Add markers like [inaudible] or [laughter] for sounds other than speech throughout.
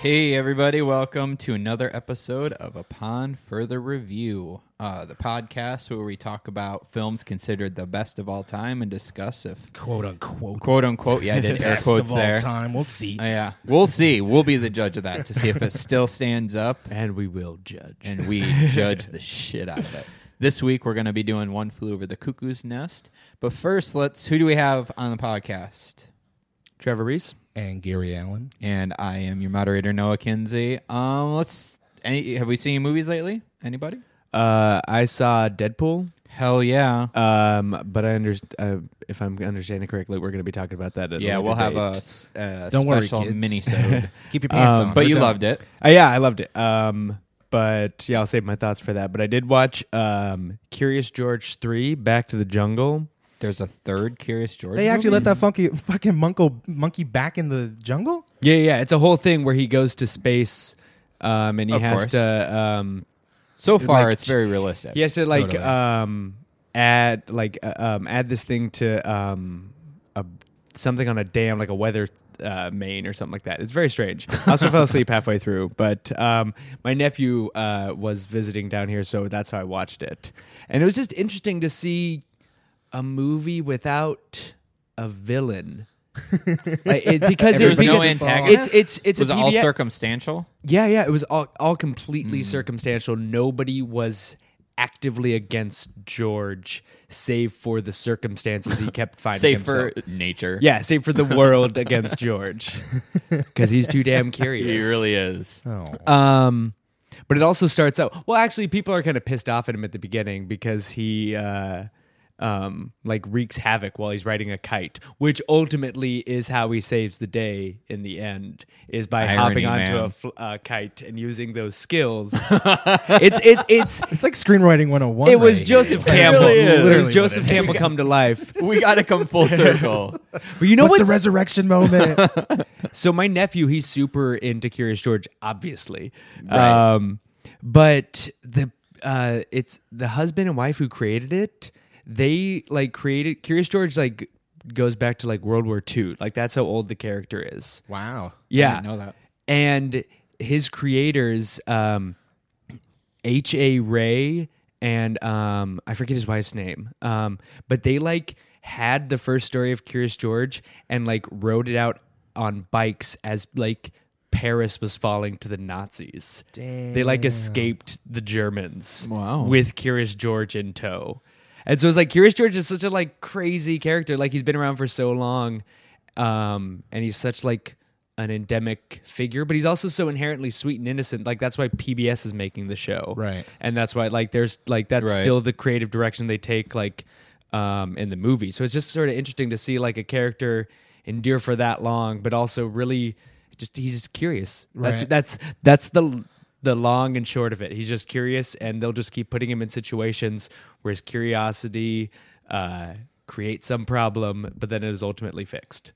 Hey, everybody, welcome to another episode of Upon Further Review, uh, the podcast where we talk about films considered the best of all time and discuss if, quote unquote quote unquote, yeah, I [laughs] did air best quotes of all there. time. We'll see. Uh, yeah, we'll see. We'll be the judge of that to see if it still stands up And we will judge. and we judge the shit out of it. This week, we're going to be doing One Flew Over the Cuckoo's Nest. But first, let's, who do we have on the podcast? Trevor Reese. and Gary Allen. And I am your moderator, Noah Kinsey. Um, let's, any, have we seen movies lately? Anybody? Uh, I saw Deadpool, Hell yeah. um, but I underst- uh, if I'm understanding correctly, we're going to be talking about that. At a yeah, later we'll have a, date. s- a Don't worry, special kids. mini [laughs] Keep your pants on. But you loved it. Uh, yeah, I loved it. Um, but yeah, I'll save my thoughts for that. But I did watch um, Curious George three, Back to the Jungle. There's a third Curious George. They actually movie? let that funky fucking monko, monkey back in the jungle. Yeah, yeah, it's a whole thing where he goes to space, um, and he Of has course. to um, So far, like, it's very realistic. He has to like Totally. um add like uh, um add this thing to um a something on a dam like a weather uh, main or something like that. It's very strange. I also [laughs] fell asleep halfway through, but um my nephew uh was visiting down here, so that's how I watched it. And it was just interesting to see a movie without a villain. like it, because There it, was because no antagonist. it's it's it's was a it all PBS circumstantial. yeah, yeah, it was all all completely Mm-hmm. circumstantial. Nobody was actively against George, save for the circumstances [laughs] he kept finding Save himself. for nature. yeah, [laughs] save for the world against George, because he's too damn curious. he really is. Oh, Um, but it also starts out well. Actually, people are kind of pissed off at him at the beginning because he, uh, um, like wreaks havoc while he's riding a kite, which ultimately is how he saves the day in the end, is by Irony, hopping onto man. a fl- uh, kite and using [laughs] those skills. it's it's it's. it's like screenwriting 101. It was right? Joseph Campbell. really is. it, Literally was what Joseph it is. Campbell come [laughs] to [laughs] life. we got to come [laughs] full circle. But you know What's what's the resurrection moment? [laughs] So my nephew, he's super into Curious George, obviously. Right. Um, but the uh, it's the husband and wife who created it. They like created Curious George. Like goes back to like World War II. Like that's how old the character is. wow. Yeah, didn't know that. And his creators, um, H. A. Ray and um, I forget his wife's name, um, but they like had the first story of Curious George and like rode it out on bikes as like Paris was falling to the Nazis. They like escaped the Germans Wow. with Curious George in tow. And so it's like Curious George is such a like crazy character. Like he's been around for so long. Um, and he's such like an endemic figure, but he's also so inherently sweet and innocent. Like that's why PBS is making the show. Right. And that's why like there's like that's Right. still the creative direction they take like um in the movie. So it's just sort of interesting to see like a character endure for that long, but also really just he's just curious. That's Right. that's that's the the long and short of it. He's just curious, and they'll just keep putting him in situations where his curiosity uh, creates some problem, but then it is ultimately fixed.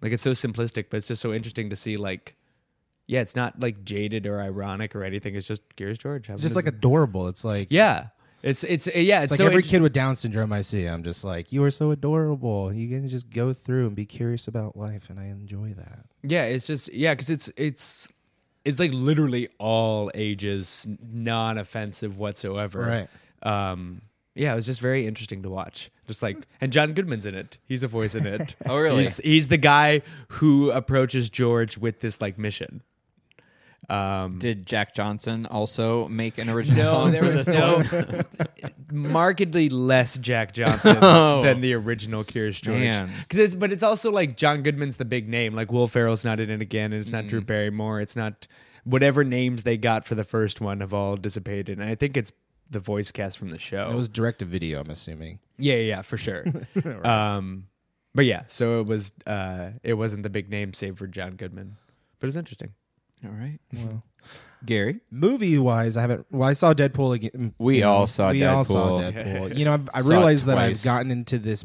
Like it's so simplistic, but it's just so interesting to see. Like, yeah, it's not like jaded or ironic or anything. It's just Curious George. It's just like adorable. It's like yeah, it's it's uh, yeah, it's, It's like so every inter- kid with Down syndrome I see, I'm just like, you are so adorable. You can just go through and be curious about life, and I enjoy that. Yeah, it's just yeah, because it's it's it's like literally all ages, non-offensive whatsoever. Right. Um. Yeah, it was just very interesting to watch. Just like, and John Goodman's in it. He's a voice in it. [laughs] Oh, really? He's, he's the guy who approaches George with this like mission. [laughs] Um, Did Jack Johnson also make an original no, song there for was this no [laughs] one? markedly less Jack Johnson than the original Curious George. Man. Because it's but it's also like John Goodman's the big name. Like Will Ferrell's not in it again, and it's not Drew Barrymore. It's not whatever names they got for the first one have all dissipated. And I think it's the voice cast from the show. It was direct to video, I'm assuming. yeah, yeah, yeah, for sure. Um, but yeah, so it was. Uh, it wasn't the big name save for John Goodman, but it was interesting. All right. Well. Gary? Movie wise, I haven't. Well, I saw Deadpool again. We You know, all saw we all saw Deadpool. Deadpool. you know, I've, I Saw it realized that twice. I've gotten into this.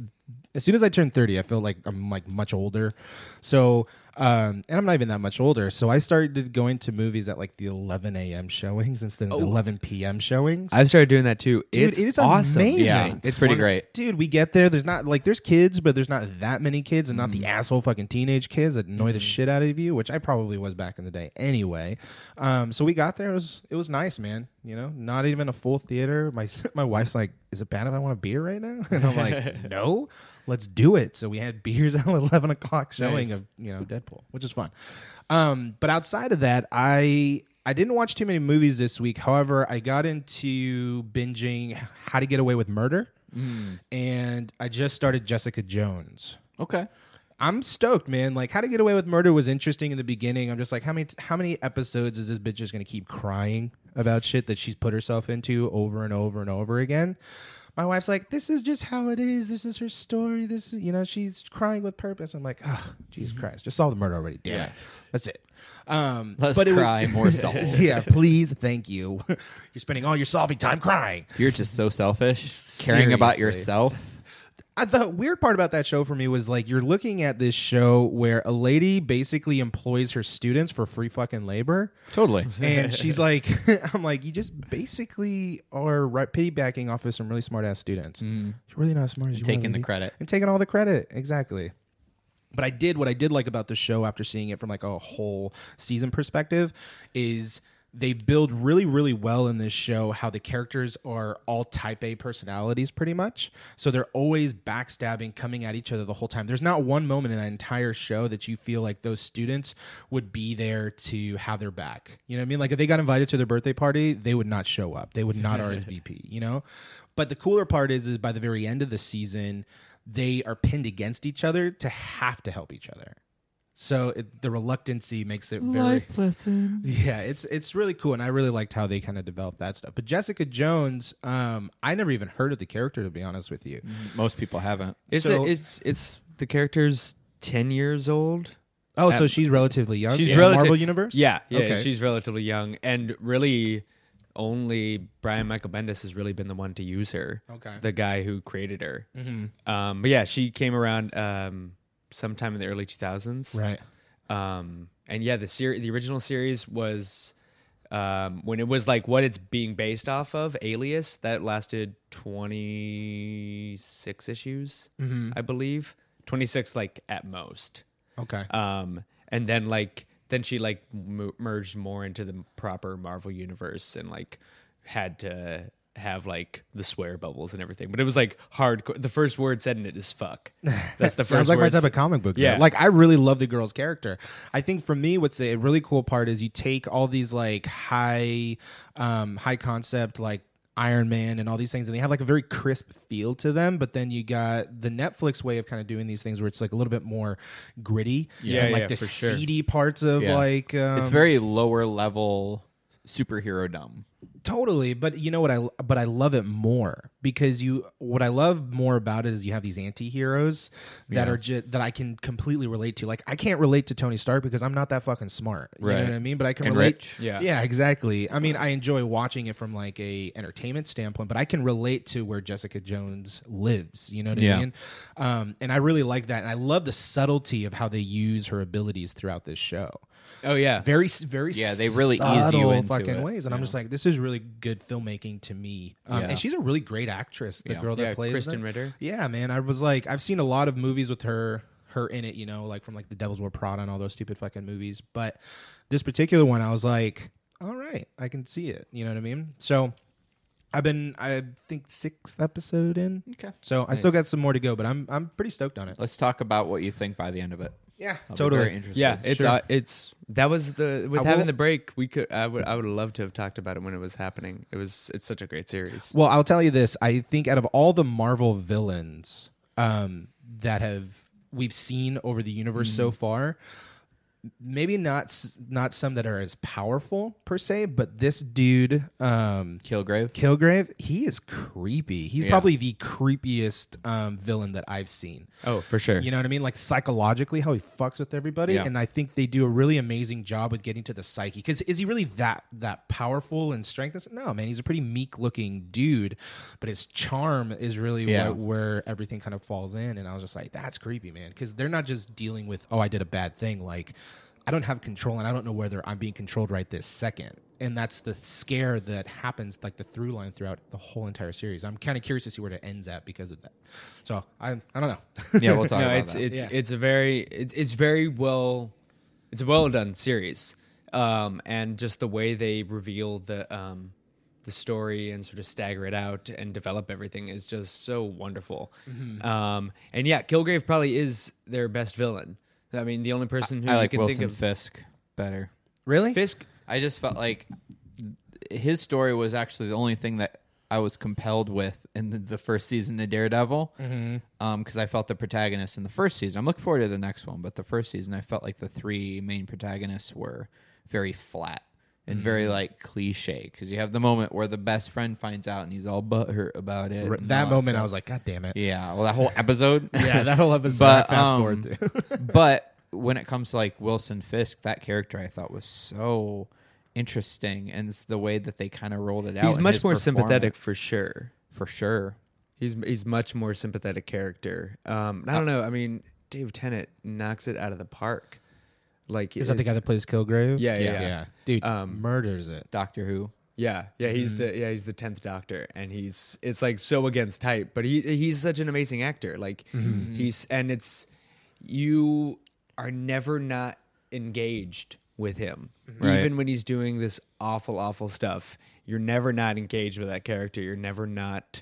As soon as I turned thirty, I feel like I'm like much older. So Um, and I'm not even that much older, so I started going to movies at like the 11 a.m. showings instead of the 11 p.m. showings. I've started doing that too. Dude, it's it is awesome. amazing. Yeah, it's pretty great. Dude, we get there. There's not like there's kids, but there's not that many kids, and not the asshole fucking teenage kids that annoy the shit out of you, which I probably was back in the day anyway. Um, so we got there. It was it was nice, man. You know, not even a full theater. My [laughs] my wife's like, "Is it bad if I want a beer right now?" [laughs] And I'm like, "No, let's do it." So we had beers [laughs] at 11 o'clock showing Nice. of you know Deadpool, which is fun. Um, but outside of that, I I didn't watch too many movies this week. However, I got into binging How to Get Away with Murder, and I just started Jessica Jones. Okay. I'm stoked, man. Like How to Get Away with Murder was interesting in the beginning. I'm just like, how many how many episodes is this bitch just gonna keep crying about shit that she's put herself into over and over and over again? My wife's like, this is just how it is. This is her story. This is you know, she's crying with purpose. I'm like, oh, Jesus Mm-hmm. Christ, just solve the murder already, damn it. That's it. Um, Let's it was- cry more solved. [laughs] yeah, please, thank you. [laughs] You're spending all your solving time crying. You're just so selfish, caring about Seriously. yourself. I, the weird part about that show for me was like you're looking at this show where a lady basically employs her students for free fucking labor. [laughs] Totally. And she's like, [laughs] I'm like, you just basically are right, piggybacking off of some really smart ass students. You're really not as smart as you taking wanna the be. credit. Mm-hmm. and taking all the credit exactly. But I did what I did like about the show after seeing it from like a whole season perspective is they build really really well in this show how the characters are all type A personalities pretty much. So they're always backstabbing, coming at each other the whole time. There's not one moment in that entire show that you feel like those students would be there to have their back. You know what I mean? Like if they got invited to their birthday party, they would not show up. They would [laughs] not RSVP, you know? But the cooler part is, is by the very end of the season, they are pinned against each other to have to help each other. So it, the reluctancy makes it very lesson. yeah, it's it's really cool, and I really liked how they kind of developed that stuff. But Jessica Jones, um, I never even heard of the character to be honest with you. Mm. Most people haven't. It's So- a, it's it's the character's ten years old. Oh, so she's relatively young. She's in the relative- Marvel universe. Yeah, yeah, Okay. she's relatively young, and really, only Brian Michael Bendis has really been the one to use her. Okay. Mm-hmm. the guy who created her. Um, but yeah, she came around um, sometime in the early two thousands. right. Um, and yeah, the ser- the original series was um, when it was like what it's being based off of, Alias. That lasted twenty six issues, Mm-hmm. I believe. Twenty six, like at most. Okay. Um, and then like then she like mo- merged more into the proper Marvel universe and like had to have like the swear bubbles and everything. But it was like hardcore. The first word said in it [laughs] is fuck. That's the Sounds first like my word type said- of comic book. Yeah. Yeah. Like I really love the girl's character. I think for me, what's the really cool part is you take all these like high, um, high concept like Iron Man and all these things, and they have like a very crisp feel to them. But then you got the Netflix way of kind of doing these things where it's like a little bit more gritty. Yeah, and, like yeah, the for sure. seedy parts of Yeah. like um, it's very lower level superhero dumb. Totally, but you know what I but I love it more because you what I love more about it is you have these anti-heroes that are just that I can completely relate to. Like I can't relate to Tony Stark because I'm not that fucking smart. You know Right. what I mean? But I can And relate rich. Yeah. Yeah, exactly. I mean, I enjoy watching it from like a entertainment standpoint, but I can relate to where Jessica Jones lives, you know what I Yeah. mean? Um and I really like that and I love the subtlety of how they use her abilities throughout this show Oh yeah. very very Yeah, they really ease you subtle into fucking it. ways and i'm just like this is really good filmmaking to me um, Yeah. and she's a really great actress the Yeah. girl that Yeah, plays Kristen her. Ritter. yeah man i was like i've seen a lot of movies with her her in it you know like from like the devil's wear prada and all those stupid fucking movies but this particular one i was like all right i can see it you know what i mean so i've been i think sixth episode in Okay. so i still got some more to go but i'm i'm pretty stoked on it Let's talk about what you think by the end of it. yeah I'll be very totally interested. Yeah, it's Sure. uh, it's that was the with I having will- the break we could I would I would love to have talked about it when it was happening. It was it's such a great series. Well, I'll tell you this. I think out of all the Marvel villains um, that have we've seen over the universe so far, maybe not s- not some that are as powerful per se, but this dude, um, Kilgrave. Kilgrave, he is creepy. He's Yeah. probably the creepiest um, villain that I've seen. Oh, for sure. You know what I mean? Like psychologically, how he fucks with everybody, Yeah. and I think they do a really amazing job with getting to the psyche. Because is he really that that powerful and strength? No, man, he's a pretty meek looking dude, but his charm is really Yeah. where, where everything kind of falls in. And I was just like, that's creepy, man. Because they're not just dealing with oh, I did a bad thing. Like I don't have control, and I don't know whether I'm being controlled right this second. And that's the scare that happens, like the through line throughout the whole entire series. I'm kind of curious to see where it ends at because of that. So I, I don't know. [laughs] Yeah, we'll talk [laughs] no, about it's that. it's Yeah. it's a very it's, it's very well it's a well done series, um, and just the way they reveal the um, the story and sort of stagger it out and develop everything is just so wonderful. Mm-hmm. Um, and yeah, Kilgrave probably is their best villain. I mean, the only person who I you like can Wilson think of Fisk better. Really? Fisk. I just felt like his story was actually the only thing that I was compelled with in the, the first season of Daredevil, because Mm-hmm. I felt the protagonists in the first season. I'm looking forward to the next one, but the first season I felt like the three main protagonists were very flat and very Mm-hmm. like cliche. Because you have the moment where the best friend finds out and he's all butthurt about it. R- and all that moment, I stuff. was like, God damn it. yeah, well, that whole episode, [laughs] Yeah, that whole episode. But, fast um, forward through. [laughs] but when it comes to like Wilson Fisk, that character I thought was so interesting, and it's the way that they kind of rolled it out. He's and much his more sympathetic for performance. sure. for sure. He's he's much more sympathetic character. Um, I don't Uh, know. I mean, Dave Tennant knocks it out of the park. Like Is that the guy that plays Kilgrave? Yeah, yeah, yeah. Dude, Um, murders it. Doctor Who. Yeah, yeah, Mm-hmm. he's the yeah he's the tenth Doctor, and he's it's like so against type, but he he's such an amazing actor. Like Mm-hmm. he's and it's you are never not engaged with him, Mm-hmm. Right. even when he's doing this awful, awful stuff. You're never not engaged with that character. You're never not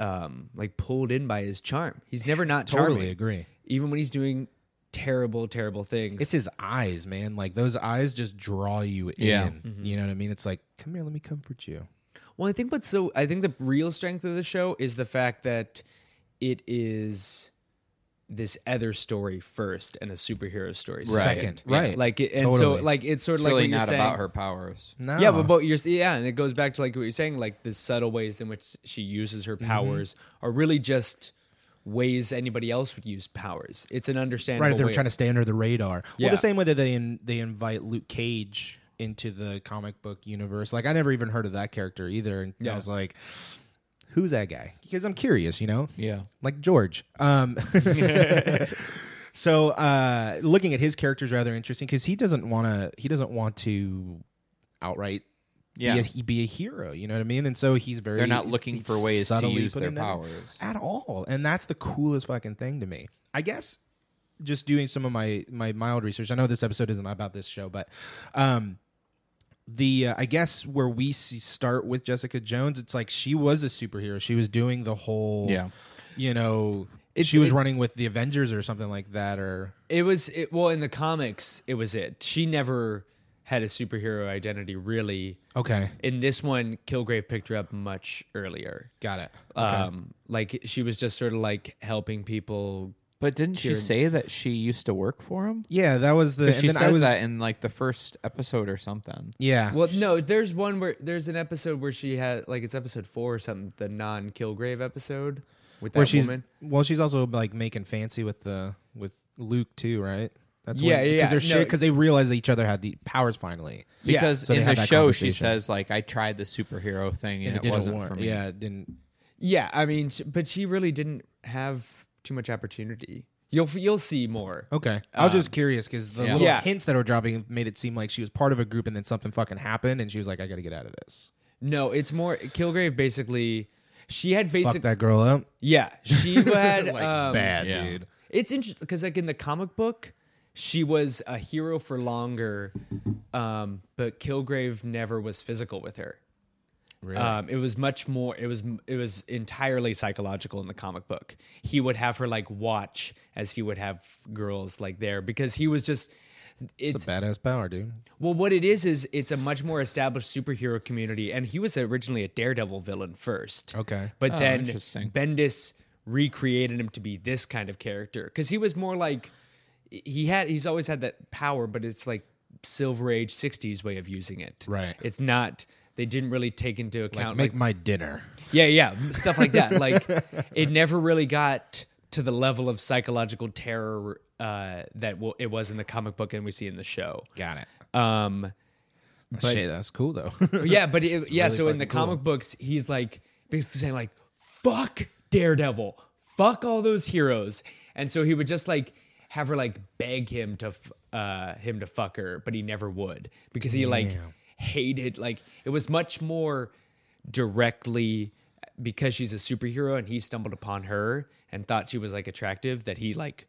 um like pulled in by his charm. He's never not Totally charming, agree. even when he's doing terrible, terrible things. It's his eyes, man. Like those eyes just draw you in. Yeah. You know what I mean? It's like, come here, let me comfort you. Well, I think what's so I think the real strength of the show is the fact that it is this other story first and a superhero story Right. Second, Yeah, right? Like, it- and Totally. so like it's sort It's of really like what not you're about saying- her powers. No. Yeah, but, but you're yeah, and it goes back to like what you're saying, like the subtle ways in which she uses Mm-hmm. her powers are really just ways anybody else would use powers. It's an understandable. right, they were way- trying to stay under the radar. Yeah. Well, the same way that they in, they invite Luke Cage into the comic book universe. Like I never even heard of that character either, and I Yeah. was like, who's that guy? Because I'm curious, you know. Yeah. like George. Um, so uh, looking at his character is rather interesting because he doesn't want to. He doesn't want to outright. Yeah. be a, he be a hero. You know what I mean. And so he's very. They're not looking for ways to subtly use their putting that in powers. at all, and that's the coolest fucking thing to me. I guess just doing some of my my mild research. I know this episode isn't about this show, but um, the uh, I guess where we see start with Jessica Jones, it's like she was a superhero. She was doing the whole, Yeah. you know, It- she was it- running with the Avengers or something like that, or It was it, well in the comics. It was it. She never had a superhero identity really. okay, In this one, Kilgrave picked her up much earlier. got it. Uh, Um, like she was just sort of like helping people. But didn't she say that she used to work for him? yeah, that was the. And She then says I was, that in like the first episode or something. Yeah, Well, no, there's one where there's an episode where she had like it's episode four or something, the non Kilgrave episode with that where she's woman. well, she's also like making fancy with the with Luke too, right? That's Yeah, yeah, Because yeah. they're No. because they realize that each other had the powers finally. Yeah, Because so they in the had that show she conversation. says like I tried the superhero thing and, it, didn't wasn't warrant- for me. Yeah, it didn't. Yeah, I mean, sh- but she really didn't have too much opportunity. You'll f- you'll see more. Okay, I was just curious because the yeah. little Um, Yeah. hints that were dropping made it seem like she was part of a group, and then something fucking happened, and she was like, "I got to get out of this." No, it's more Kilgrave. Basically, she had Fuck basic. that girl up. Yeah, [laughs] she had Like, um, bad, yeah. dude. It's interesting because, like in the comic book, she was a hero for longer, um, but Kilgrave never was physical with her. Really? Um, it was much more. It was it was entirely psychological in the comic book. He would have her like watch as he would have girls like there because he was just. It's It's a badass power, dude. well, what it is is it's a much more established superhero community, and he was originally a Daredevil villain first. Okay. but Oh, then interesting. Bendis recreated him to be this kind of character because he was more like he had he's always had that power, but it's like Silver Age '60s way of using it. Right. It's not. They didn't really take into account Make my dinner. yeah, yeah, stuff like that. Like it never really got to the level of psychological terror uh, that w- it was in the comic book and we see in the show. Got it. Um, But- Oh, Shit, that's cool though. [laughs] but [laughs] yeah, but it, yeah. really so in the fucking cool. comic books, he's like basically saying like "fuck Daredevil, fuck all those heroes," and so he would just like have her like beg him to f- uh, him to fuck her, but he never would because he like hated like it was much more directly because she's a superhero and he stumbled upon her and thought she was like attractive that he like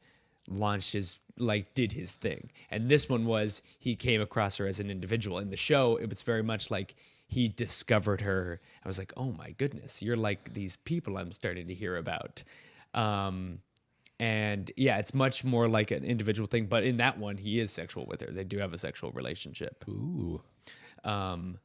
launched his like did his thing and this one was he came across her as an individual in the show it was very much like he discovered her i was like oh my goodness you're like these people i'm starting to hear about um and yeah it's much more like an individual thing but in that one he is sexual with her they do have a sexual relationship Ooh. um,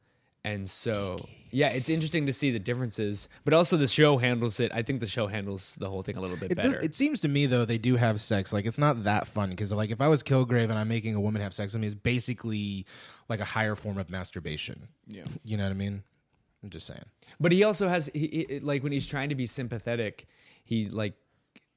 and so, yeah, it's interesting to see the differences, but also the show handles it. I think the show handles the whole thing a little bit It, does, better. it seems to me though they do have sex. Like it's not that fun because like if I was Kilgrave and I'm making a woman have sex with me, it's basically like a higher form of masturbation. Yeah, [laughs] you know what I mean. I'm just saying. but he also has, he, he, like, when he's trying to be sympathetic, he like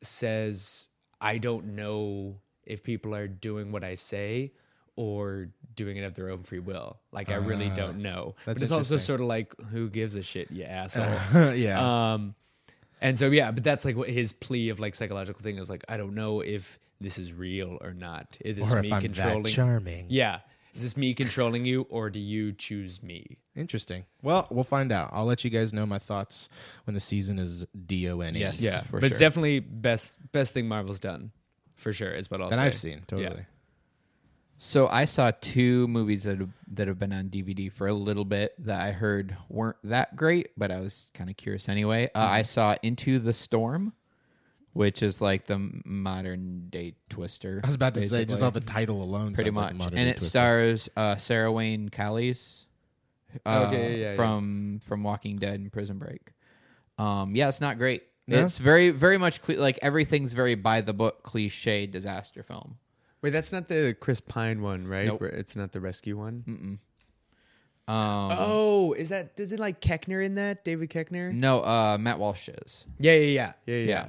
says, "I don't know if people are doing what I say." Or doing it of their own free will. Like, I really don't know. But Ah, that's it's also interesting. sort of like, who gives a shit, you [laughs] [laughs] asshole? yeah. Um, and so yeah, but that's like what his plea of like psychological thing is like I don't know if this is real or not. Is this or me if I'm controlling? that charming. Yeah, is this me controlling you, or do you choose me? Interesting. Well, we'll find out. I'll let you guys know my thoughts when the season is D O N E. Yes. Yeah, for but it's sure. definitely best best thing Marvel's done for sure. Is what I'll That say. I've seen totally. So I saw two movies that have, that have been on DVD for a little bit that I heard weren't that great, but I was kind of curious anyway. Uh, Mm-hmm. I saw Into the Storm, which is like the modern day Twister. I was about to say just basically. off the title alone, pretty sounds like much, a modern and day it twist. stars uh, Sarah Wayne Callies uh, Okay, yeah, yeah, yeah. from from Walking Dead and Prison Break. Um, yeah, it's not great. No? It's very very much cle- like everything's very by the book cliche disaster film. Wait, that's not the Chris Pine one, right? Nope. Where It's not the rescue one. Um, Oh, is that is it like Keckner in that David Keckner? No, uh, Matt Walsh is. Yeah, Mm-hmm. yeah, yeah, yeah, yeah. yeah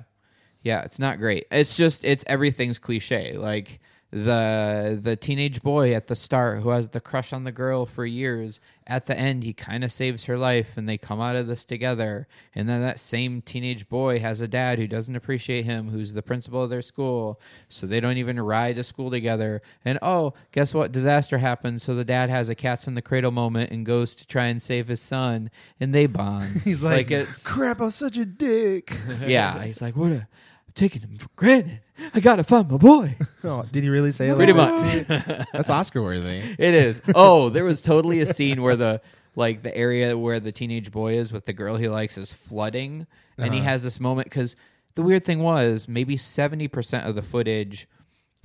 yeah it's not great it's just it's everything's cliche like the the teenage boy at the start who has the crush on the girl for years at the end he kind of saves her life and they come out of this together and then that same teenage boy has a dad who doesn't appreciate him who's the principal of their school so they don't even ride to school together and oh guess what disaster happens so the dad has a cats in the cradle moment and goes to try and save his son and they bond He's like, it's crap, I'm such a dick. yeah, he's like, what? A, I'm taking him for granted. I gotta find my boy. [laughs] oh, did he really say Pretty that? [laughs] much, [laughs] That's Oscar worthy. it is. Oh, there was totally a scene where the like the area where the teenage boy is with the girl he likes is flooding, and Uh-huh. he has this moment because the weird thing was maybe seventy percent of the footage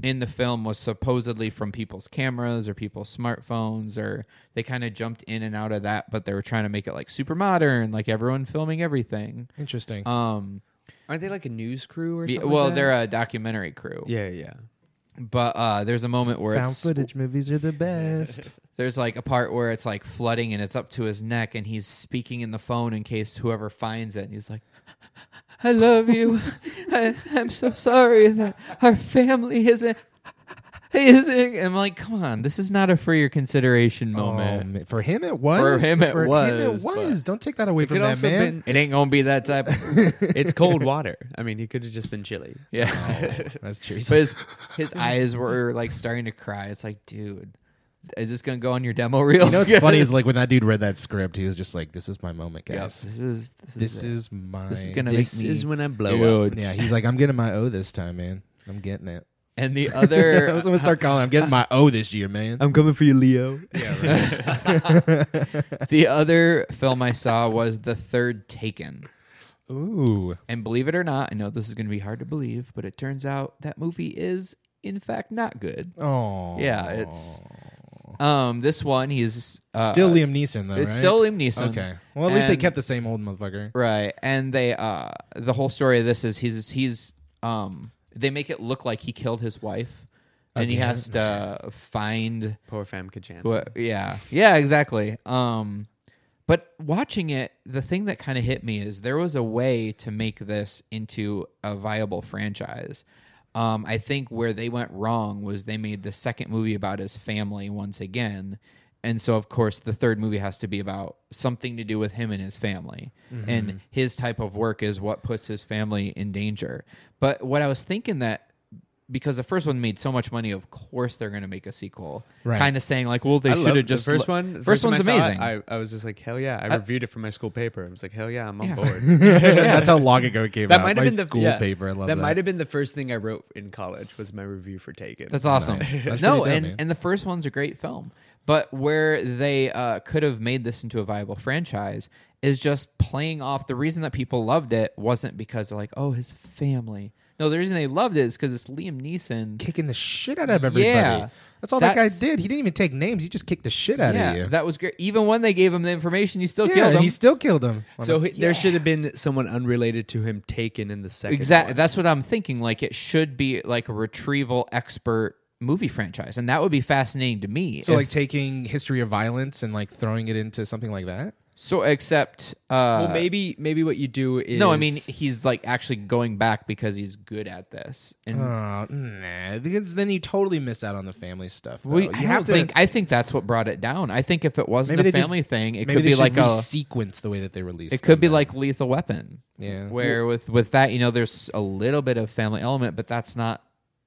in the film was supposedly from people's cameras or people's smartphones or they kind of jumped in and out of that but they were trying to make it like super modern like everyone filming everything Interesting. um Aren't they like a news crew or be- something? well like that? they're a documentary crew Yeah, yeah. but uh, there's a moment where Found it's, footage movies are [laughs] the best. there's like a part where it's like flooding and it's up to his neck and he's speaking in the phone in case whoever finds it and he's like i love you I, i'm so sorry that our family isn't isn't i'm like come on this is not a for your consideration moment Um, for him, it was. For him, it for was, Him, it but- was. Don't take that away from could that also man. [laughs] it ain't gonna be that type of it's cold water. I mean, he could have just been chilly. yeah That's true. [laughs] but his, his eyes were like starting to cry it's like dude is this gonna go on your demo reel you know what's funny [laughs] is like when that dude read that script, he was just like, "This is my moment, guys. yes this is this, This is, it. is my. this is gonna This make me is when I blow up. Dude. [laughs] Yeah, he's like, I'm getting my O this time, man. I'm getting it. [laughs] and the I other was gonna start calling. I'm getting my O this year, man. I'm coming for you, Leo. the other film I saw was The Third Taken. Ooh, And believe it or not, I know this is going to be hard to believe, but it turns out that movie is in fact not good. oh, Yeah, it's um this one he's uh, still Liam Neeson though, It's right? still Liam Neeson. okay. Well, at least they And- kept the same old motherfucker. Right. And they uh the whole story of this is he's he's um they make it look like he killed his wife and he has to find Poor Famke Janssen. Well, yeah, yeah, exactly. Um, but watching it, the thing that kind of hit me is there was a way to make this into a viable franchise. Um, I think where they went wrong was they made the second movie about his family once again. And so, of course, the third movie has to be about something to do with him and his family. Mm-hmm. And his type of work is what puts his family in danger. But what I was thinking that because the first one made so much money, of course they're going to make a sequel. Right. Kind of saying like, well, they I should loved have just the first lo- one. the First, time one's I saw it, amazing. I, I was just like, hell yeah! I, reviewed it for my school paper. I was like, hell yeah, I'm on [laughs] board. That's how long ago it came that out. might My have been the school yeah, paper. I love that that. might have been the first thing I wrote in college was my review for Taken. That's awesome. [laughs] That's no, pretty dope, and man. and the first one's a great film, but where they uh, could have made this into a viable franchise is just playing off the reason that people loved it wasn't because they're like, oh, his family. No, the reason they loved it is because it's Liam Neeson. kicking the shit out of everybody. Yeah. That's all that That's- guy did. He didn't even take names. He just kicked the shit out yeah, of you. that was great. Even when they gave him the information, he still yeah, killed and him. he still killed him. So he- there should have been someone unrelated to him taken in the second. Exactly. one. That's what I'm thinking. Like it should be like a retrieval expert movie franchise, and that would be fascinating to me. so if- like taking history of violence and like throwing it into something like that. so except uh, Well, maybe maybe what you do is no, I mean he's like actually going back because he's good at this. And Oh, nah. Because then you totally miss out on the family stuff. though. we, you I don't think I think that's what brought it down. I think if it wasn't Maybe a they just- family thing, it maybe could they be should like a resequence the way that they release. it could be them. like Lethal Weapon. yeah. Where with with that, you know, there's a little bit of family element, but that's not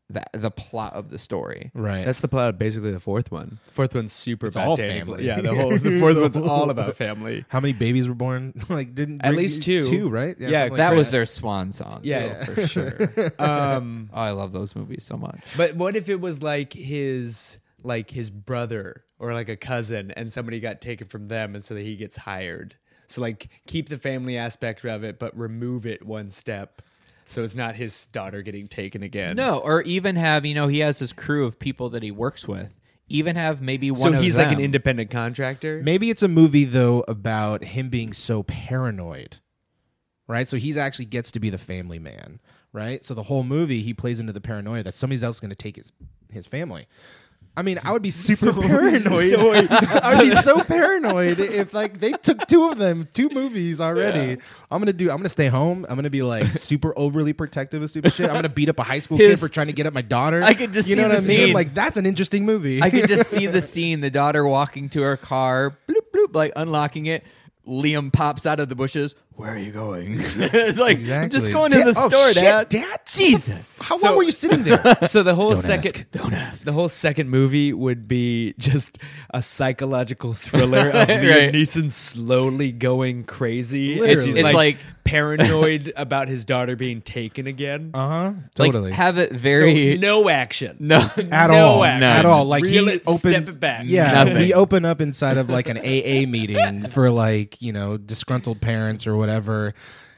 the the plot of the story. right. that's the plot of basically the fourth one. Fourth one's super all about family. Yeah, the whole the fourth one's all about family. how many babies were born? [laughs] like didn't At Ricky- least two. two right? Yeah, something like That that. was their swan song. Yeah. though, for [laughs] sure. Um, [laughs] Oh, I love those movies so much. but what if it was like his like his brother or like a cousin, and somebody got taken from them, and so that he gets hired. So like keep the family aspect of it, but remove it one step, so it's not his daughter getting taken again. No, or even have you know he has his crew of people that he works with. Even have maybe one. so of he's like an them- [laughs] independent contractor. Maybe it's a movie though about him being so paranoid, right? So he's actually gets to be the family man, right? So the whole movie he plays into the paranoia that somebody else is going to take his his family. I mean, I would [laughs] be super paranoid. [laughs] So wait, I'd be so paranoid if like they took two of them, two movies already. I'm gonna do. I'm gonna stay home. I'm gonna be [laughs] like super overly protective of stupid shit. I'm gonna beat up a high school His- kid for trying to get at my daughter. I could just you see know the what I mean. scene. Like that's an interesting movie. I could just see [laughs] the scene: the daughter walking to her car, bloop bloop, like unlocking it. Liam pops out of the bushes. Where are you going? [laughs] it's like I'm just Exactly. going to Dad- the oh, store, shit, Dad. Dad. Jesus, How So- long were you sitting [laughs] there? so the whole Don't second ask. don't ask. the whole second movie would be just a [laughs] psychological thriller of Liam Right. Neeson slowly going crazy. Literally. he's, It's like- paranoid [laughs] about his daughter being taken again. Uh huh. Like Totally. have it So very no action. no. at no all, action. at all. Like Reel he it- opens, step it back. Yeah, Nothing. we open up inside of like an AA [laughs] meeting for like you know disgruntled parents or whatever,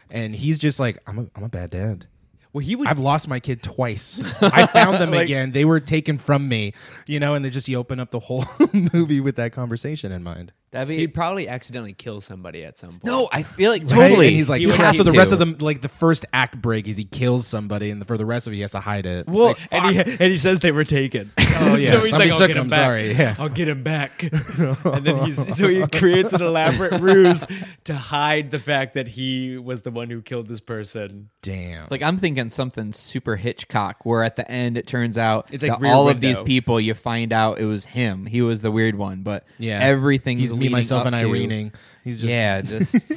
and he's just like, I'm a, I'm a bad dad. Well, he would. I've lost my kid twice. I found [laughs] them again. They were taken from me, you know. And they just he opened up the whole [laughs] movie with that conversation in mind. That'd he'd be probably accidentally kill somebody at some point. no. I feel like Right? totally. And he's like, He would yeah. have So the to. rest of them, like the first act break is he kills somebody, and for the rest of it, he has to hide it. well, And he, and he says they were taken. Oh yeah, [laughs] so he's somebody like, I'll took get them, him back. sorry, yeah. I'll get him [laughs] back. and then he's so he creates an elaborate ruse to hide the fact that he was the one who killed this person. Damn. Like I'm thinking something super Hitchcock, where at the end it turns out It's like that Rear all of these Window. people you find out it was him. He was the weird one, but Yeah. everything he's me, leading myself, up and to- Irening. He's just [laughs] yeah, just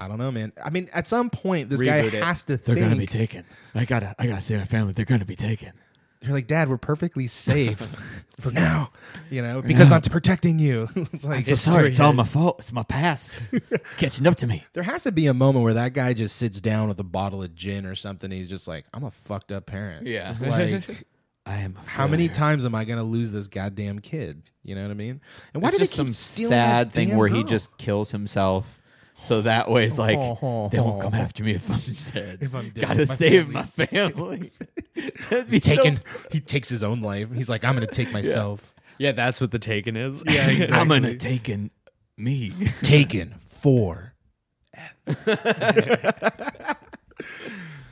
I don't know, man. I mean, at some point, this Reboot guy it. has to They're think. gonna be taken. I gotta, I gotta save my family. They're gonna be taken. You're like, Dad, we're perfectly safe [laughs] for now, you know, because I'm protecting you. [laughs] it's like So sorry. It's all my fault. It's my past. It's catching up to me. there has to be a moment where that guy just sits down with a bottle of gin or something. And he's just like, I'm a fucked up parent. Yeah. [laughs] [laughs] like. I am. a How many failure. times am I going to lose this goddamn kid? You know what I mean? And why it's do just they keep some stealing sad that thing damn where he girl? just kills himself. So that way it's like Oh, they won't [laughs] come after me if I'm dead. If I'm dead, gotta my save my [laughs] family's family. [laughs] That'd be so- taken? he takes his own life. He's like, I'm going [laughs] to take myself. Yeah, that's what the taken is. [laughs] I'm gonna taken me. Taken for. [laughs]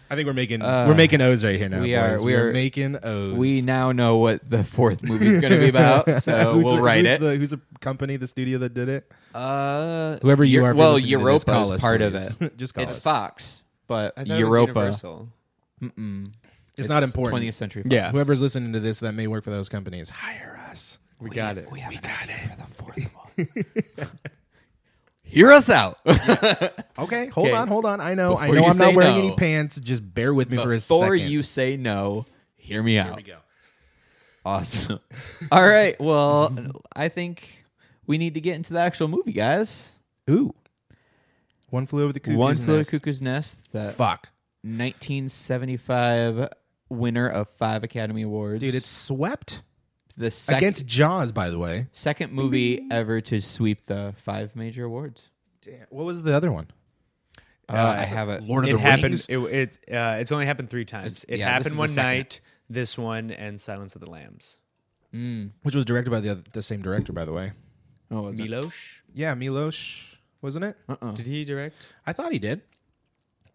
I think we're making we're making O's right here now. Uh, we boys. are- we We're are- making O's. [laughs] We now know what the fourth movie is going to be about, so Who's we'll the- write who's it. The, who's the company, the studio that did it? uh, Whoever you Eu- are, if you're well, listening to this, Europa call is us, part please. of it. [laughs] Just call it's us. Fox, but Europa. It's, not important. 20th century. Fox. Yeah. Whoever's listening to this that may work for those companies, hire us. We got it. we have an idea for the fourth one. [laughs] [laughs] Hear us out. Okay, hold Okay. on, hold on. I know, I Before know, you I'm not say wearing no. any pants. Just bear with me for a second. Before you say no, hear me out. Here we go. Awesome. [laughs] All right. Well, I think we need to get into the actual movie, guys. Ooh, one flew over the cuckoo's One Flew Over Nest. the Cuckoo's Nest, the Fuck, 1975 winner of five Academy Awards. dude, it's swept the second against Jaws. By the way, second movie ever to sweep the five major awards. Damn. what was the other one? Uh, I have it. Lord of It the happened. Rings. It, it uh, it's only happened three times. It yeah, this is happened the one second. night. This one and Silence of the Lambs. Mm. which was directed by the other, the same director, by the way. Oh, was it? Uh-uh. Oh. Milosh. Yeah, Milos, wasn't it? Did he direct? I thought he did.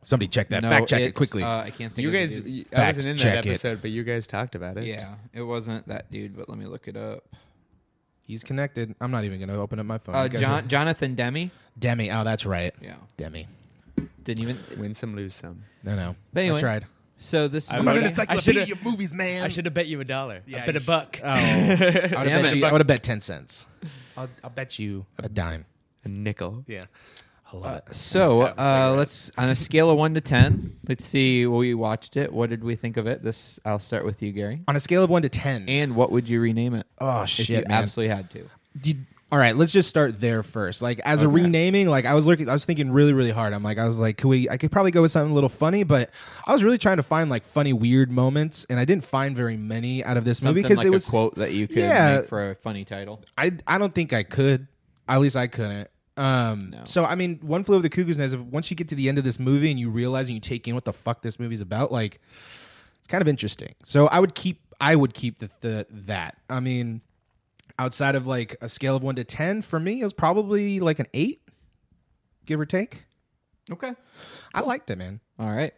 Somebody check that. No, Fact check it it's, quickly. Uh, I can't think. You of the guys, dude's- y- I Fact wasn't in that check it. episode, but you guys talked about it. yeah, it wasn't that dude, but let me look it up. He's connected. I'm not even going to open up my phone. Uh, You guys John, are- Jonathan Demi. Demi. Oh, that's right. Yeah, Demi. didn't even. Win some, lose some. No, no. But anyway. I tried. So this. I movie- [laughs] would've- I should've- movies, man. I should have bet you a dollar. I bet you a buck. Oh, I would have Damn bet, it. you- I would've bet ten cents. [laughs] I'll, I'll bet you a dime. A nickel. Yeah, I love it. So uh, let's on a scale of one to ten. Let's see. We watched it. What did we think of it? This. I'll start with you, Gary. On a scale of one to ten. And what would you rename it? oh if shit, you man. absolutely had to. Did- all right, let's just start there first. Like as a renaming, like I was looking, I was thinking really, really hard. I'm like, I was like, could we? I could probably go with something a little funny, but I was really trying to find like funny, weird moments, and I didn't find very many out of this Something movie because like it was a quote that you could Yeah. make for a funny title. I I don't think I could. At least I couldn't. Um, So I mean, one flew over the cuckoo's nest. if- Once you get to the end of this movie and you realize and you take in what the fuck this movie's about, like it's kind of interesting. So I would keep. I would keep the, the that. I mean, outside of like a scale of one to ten, for me, it was probably like an eight, give or take. Okay. I liked it, man. All right,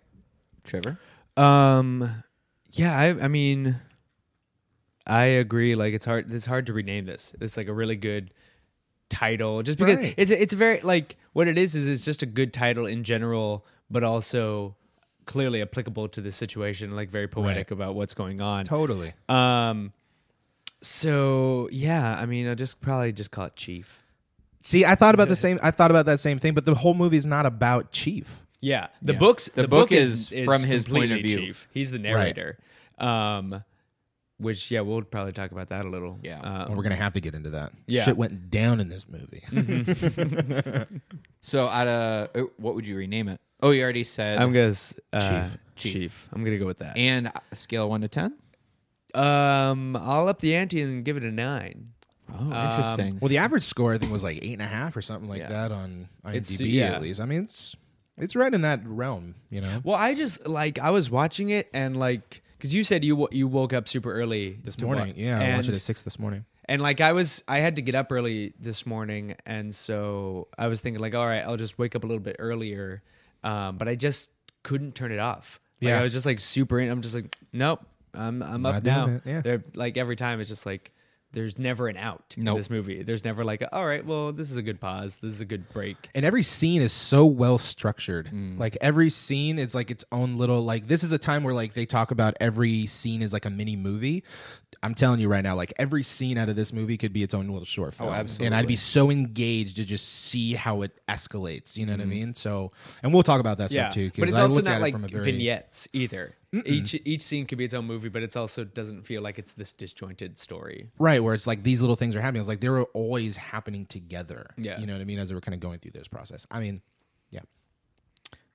Trevor. Um, yeah, I, I mean, I agree. Like, it's hard. It's hard to rename this. It's like a really good title, just because Right. it's it's very like what it is is it's just a good title in general, but also clearly applicable to the situation. Like, very poetic about what's going on. Totally. Um, so yeah, I mean, I'll just probably just call it Chief. See, I thought about the same. I thought about that same thing, but the whole movie's not about Chief. Yeah, the Yeah. books. The The, book book, is, is from his point of completely view. Chief. He's the narrator. Um, which yeah, we'll probably talk about that a little. Yeah. Well, Um, we're gonna have to get into that. Yeah. Shit went down in this movie. So out of uh, what would you rename it? Oh, you already said. I'm gonna s- uh, Chief. chief. I'm gonna go with that. and a scale of one to ten. um, I'll up the ante and give it a nine. Oh, interesting. Well, the average score I think was like eight and a half or something like Yeah. that on IMDb It's- yeah. at least. I mean, it's it's right in that realm, you know. Well, I just like I was watching it and like because you said you wo- you woke up super early This morning, yeah, I watched it at six this morning. and like i was i had to get up early this morning and so i was thinking like all right i'll just wake up a little bit earlier um, but i just couldn't turn it off like, Yeah. i was just like super in i'm just like nope i'm, I'm Not up doing now it, yeah. They're, like every time it's just like there's never an out Nope. in this movie there's never like all right well this is a good pause this is a good break And every scene is so well structured. Mm. Like every scene is like its own little like this is a time where like they talk about every scene is like a mini movie. I'm telling you right now, like every scene out of this movie could be its own little short Oh, film. absolutely. And I'd be so engaged to just see how it escalates. You know what I mean? So, and we'll talk about that Mm-hmm. yeah stuff too. 'cause but it's I also looked at not it like from a very- vignettes either each each scene could be its own movie but it's also doesn't feel like it's this disjointed story Right, where it's like these little things are happening. It's like they were always happening together. Yeah. You know what I mean? As they were kind of going through this process. I mean, [laughs] yeah.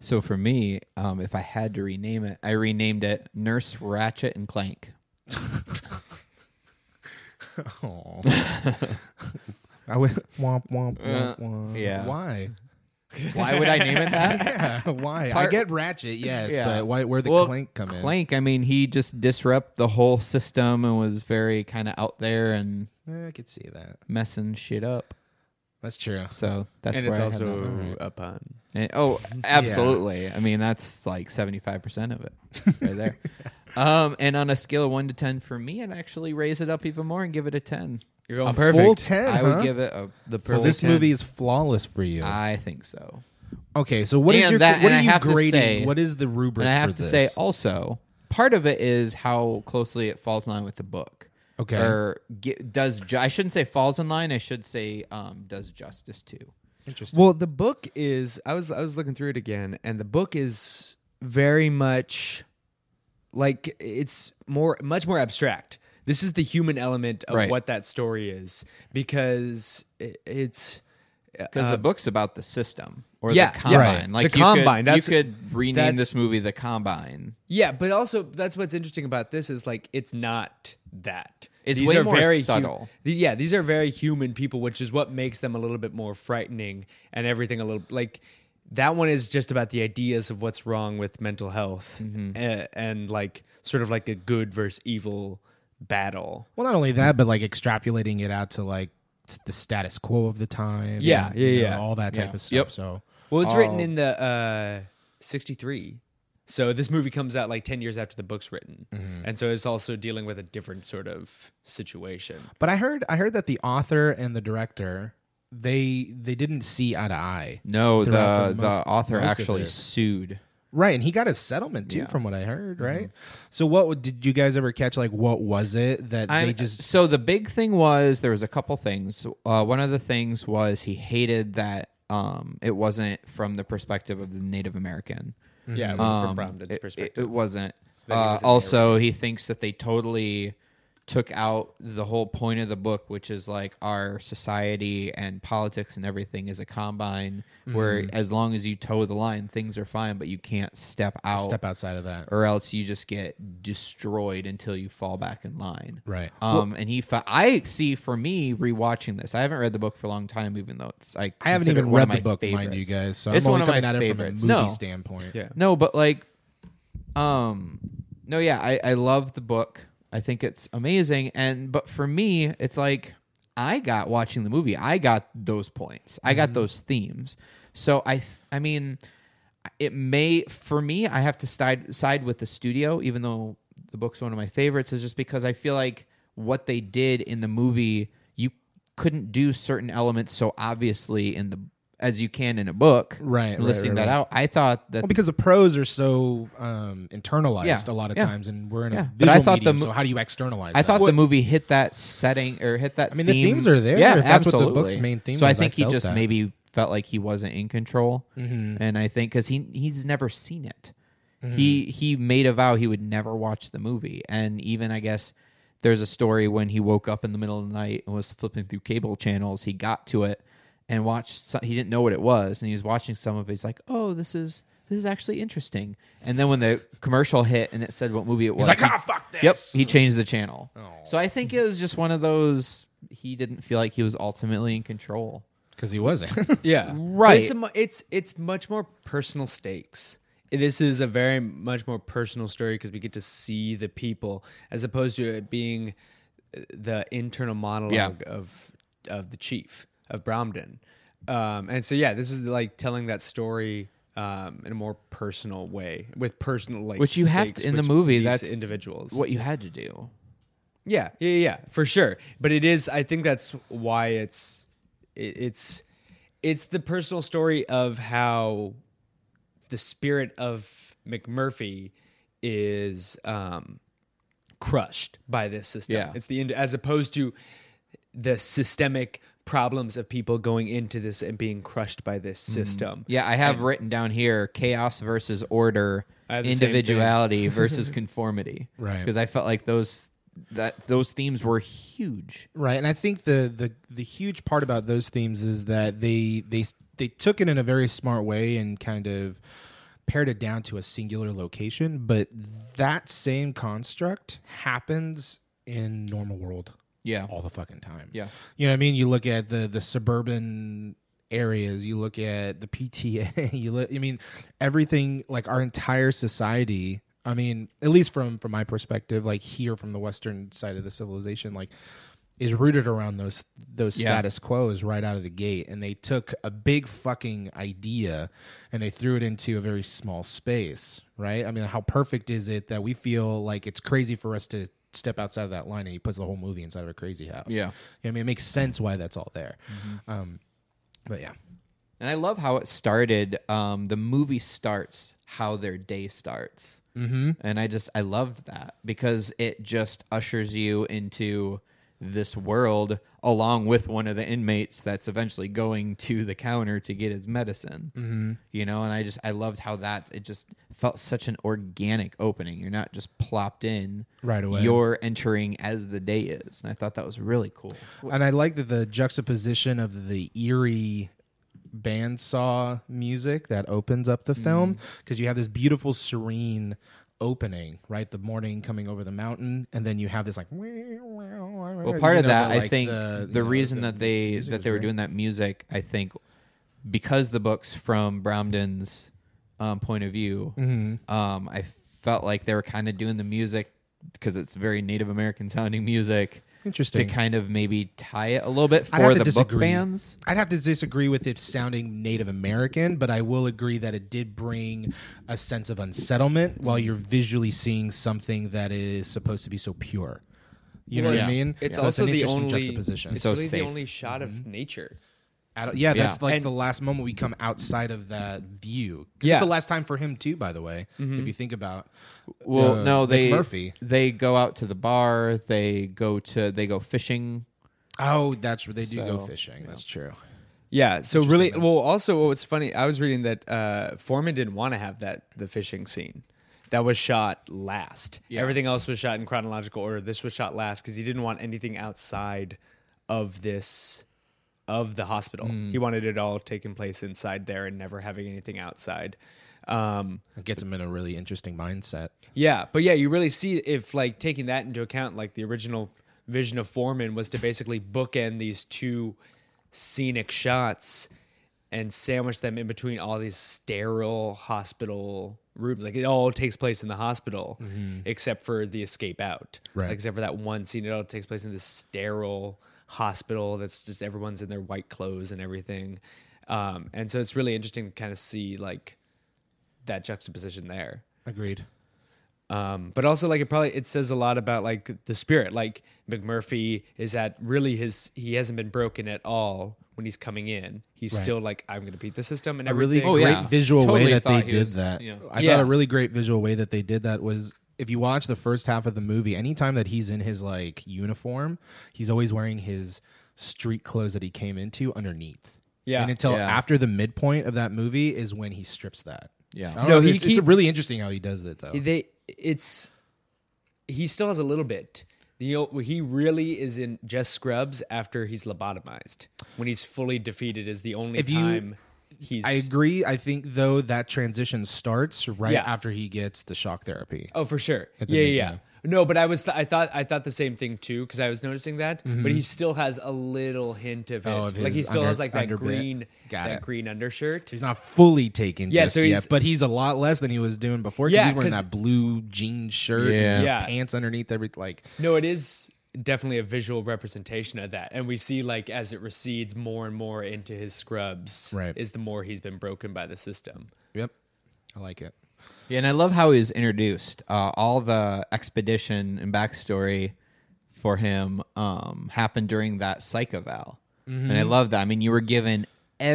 so for me, um, if I had to rename it, I renamed it Nurse Ratchet and Clank. Oh. [laughs] I went womp womp womp womp. Uh, yeah. [laughs] Why? Why would I name it that? Yeah. Why? I Part- get ratchet, yes, Yeah. but why where the Well, clank come Clank, I mean, he just disrupt the whole system and was very kind of out there and in? Eh, I could see that. messing shit up. That's true. So that's and where it's I had also that. a pun. And- [laughs] oh, absolutely. I mean, that's like 75% of it right [laughs] there. um, and on a scale of 1 to 10 for me, I'd actually raise it up even more and give it a 10. You're going A perfect. full ten. I huh? would give it a the So this movie is flawless for you. I think so. okay, so what is and your that- what and are I you have to grading? say- what is the rubric? And I have for to this? say also, part of it is how closely it falls in line with the book. Okay. Or ge- does ju- I shouldn't say falls in line, I should say um, does justice to. interesting. Well, the book is I was I was looking through it again and the book is very much like it's more much more abstract. This is the human element of Right. what that story is because i- it's Because the book's about the system or Uh, yeah, the yeah. combine. Right. Like The you combine, Could, you that's- could rename that's- this movie the combine. yeah, but also that's what's interesting about this is like it's not that. It's way are more hu- subtle. the- yeah, these are very human people, which is what makes them a little bit more frightening and everything a little like that one is just about the ideas of what's wrong with mental health Mm-hmm. a- and, like sort of like a good versus evil battle. Well, not only that, but like extrapolating it out to like t- the status quo of the time. Yeah, and, yeah, you know, yeah. all that type Yeah. of stuff. Yep. So Well, it's written Oh. in the uh, 63. So this movie comes out like 10 years after the book's written. Mm-hmm. And so it's also dealing with a different sort of situation. But I heard I heard that the author and the director they they didn't see eye to eye. No, the throughout for the most- author most of actually this. sued. Right, and he got a settlement too, Yeah. from what I heard. Right. Mm-hmm. So, what would- did you guys ever catch? Like, what was it that I they just? so the big thing was there was a couple things. Uh, one of the things was he hated that um, it wasn't from the perspective of the Native American. Yeah, it was Um, from Bromden's it- perspective. It, it wasn't. That he Uh, was a also, he thinks that they totally took out the whole point of the book, which is like our society and politics and everything is a combine where Mm-hmm. as long as you toe the line, things are fine, but you can't step out, Step outside of that. or else you just get destroyed until you fall back in line. Right. Um, and he, fa- I see. For me, rewatching this, I haven't read the book for a long time, even though it's I, I haven't consider it even one of read the my book, mind favorites. you guys. So It's I'm one of only my coming at it from a favorites. movie No. standpoint. Yeah. No, but like, um, no, yeah, I, I love the book. I think it's amazing. And, but for me, it's like, I got watching the movie, I got those points, I Mm-hmm. got those themes. So I, th- I mean, it may, for me, I have to side, side with the studio, even though the book's one of my favorites, is just because I feel like what they did in the movie, you couldn't do certain elements so obviously in the, as you can in a book. Right, right, Listing that right, right. out. I thought that Well, because the pros are so um, internalized Yeah, a lot of yeah. times, and we're in Yeah. a But I visual thought the medium. mo- so how do you externalize? I thought [laughs] that? the movie hit that setting or hit that. I mean, the themes are there, Yeah, if that's what the absolutely. book's main theme So I was, I think he felt just that. maybe felt like he wasn't in control, Mm-hmm. and I think because he he's never seen it, he he made a vow he would never watch the movie, and even I guess there's a story when he woke up in the middle of the night and was flipping through cable channels, he got to it and watched. Some, he didn't know what it was, and he was watching some of it. He's like, oh, this is. This is actually interesting. And then when the commercial hit and it said what movie it was, like, he- "Ah, fuck this." Yep, he changed the channel. So I think it was just one of those he didn't feel like he was ultimately in control. because he wasn't. [laughs] Yeah, Right. It's a, mu- it's it's much more personal stakes. This is a very much more personal story because we get to see the people as opposed to it being uh, the internal monologue of of the chief of Bromden. Um, and so yeah, this is like telling that story um, in a more personal way with personal like Which you have stakes to- in the with movie, these that's individuals. What you had to do. Yeah, yeah, yeah, for sure. But it is. I think that's why it's it, it's it's the personal story of how the spirit of McMurphy is um, crushed by this system. Yeah. It's the end as opposed to the systemic problems of people going into this and being crushed by this Mm-hmm. system. Yeah, I have written down here chaos versus order, I have the same thing. individuality [laughs] versus conformity. Right. Because I felt like those that those themes were huge. Right, and I think the the the huge part about those themes is that they they they took it in a very smart way and kind of pared it down to a singular location, but that same construct happens in normal world Yeah. all the fucking time. Yeah. You know what I mean? You look at the the suburban areas, you look at the PTA, [laughs] you look I mean everything like our entire society, I mean, at least from from my perspective, like here from the western side of the civilization, like is rooted around those those Yeah. status quos right out of the gate and they took a big fucking idea and they threw it into a very small space right i mean how perfect is it that we feel like it's crazy for us to step outside of that line and he puts the whole movie inside of a crazy house Yeah. You know what i mean it makes sense why that's all there Mm-hmm. um but yeah And I love how it started. Um, the movie starts how their day starts, mm-hmm. and I just I loved that because it just ushers you into this world along with one of the inmates that's eventually going to the counter to get his medicine. Mm-hmm. You know, and I just I loved how that it just felt such an organic opening. You're not just plopped in Right away. You're entering as the day is, and I thought that was really cool. And I like that the juxtaposition of the eerie bandsaw music that opens up the Mm. film because you have this beautiful, serene opening, right? The morning coming over the mountain, and then you have this like. Well, Well, part of that, I think, the, reason that they that they were doing that music, I think, because the books from Bromden's um, point of view, Mm-hmm. um, I felt like they were kind of doing the music because it's very Native American sounding music. Interesting. to kind of maybe tie it a little bit I'd have for to the book disagree. fans. I'd have to disagree with it sounding Native American, but I will agree that it did bring a sense of unsettlement while you're visually seeing something that is supposed to be so pure. You know Well, what I yeah. mean? It's So also an the interesting only juxtaposition. Mm-hmm. It's So really the safe. only shot of nature. Out yeah, that's Yeah. like the last moment we come outside of that view. 'Cause Yeah. It's the last time for him too, by the way. If you think about Well, uh, no, Nick they Murphy. they go out to the bar, they go to they go fishing. Oh, that's where they do go So, fishing. That's true. Yeah. So really, well, also, what's funny, I was reading that uh, Foreman didn't want to have that the fishing scene. That was shot last. Everything else was shot in chronological order. This was shot last because he didn't want anything outside of this of the hospital. He wanted it all taking place inside there and never having anything outside. Um, It gets him in a really interesting mindset. yeah, but yeah, you really see if like taking that into account, like the original vision of Foreman was to basically bookend these two scenic shots and sandwich them in between all these sterile hospital rooms. Like it all takes place in the hospital, except for the escape out. Right. Like, except for that one scene, it all takes place in this sterile hospital that's just everyone's in their white clothes and everything. Um, and so it's really interesting to kind of see like that juxtaposition there Agreed. um, but also like it probably it says a lot about like the spirit like mcmurphy is at really his he hasn't been broken at all when he's coming in he's Right. still like i'm gonna beat the system and a really everything Oh, great yeah. visual way Totally that they thought he did was- that. yeah. I Yeah. thought a really great visual way that they did that was if you watch the first half of the movie, anytime that he's in his like uniform, he's always wearing his street clothes that he came into underneath. Yeah. And until Yeah. after the midpoint of that movie is when he strips that. Yeah. I don't No, know, he it's, it's keep- really interesting how he does it though. they it's he still has a little bit you know, he really is in just scrubs after he's lobotomized when he's fully defeated is the only If you- time he's I agree. I think though that transition starts right Yeah. after he gets the shock therapy. Oh, for sure. the Yeah, yeah, big yeah. guy. No, but I was th- I thought I thought the same thing too because I was noticing that. But he still has a little hint of it. Mm-hmm. Oh, of like he his still has under- like that underbit. green Got that it. green undershirt. He's not fully taken Yeah, just so he's- yet, but he's a lot less than he was doing before. 'cause Yeah, he's wearing 'cause- that blue jean shirt, Yeah. and his Yeah. pants underneath every like. No, it is definitely a visual representation of that. And we see like as it recedes more and more into his scrubs Right. is the more he's been broken by the system. Yep, I like it. Yeah, and I love how he was introduced. Uh, all the expedition and backstory for him um, happened during that psych eval, and Mm-hmm. I love that. I mean, you were given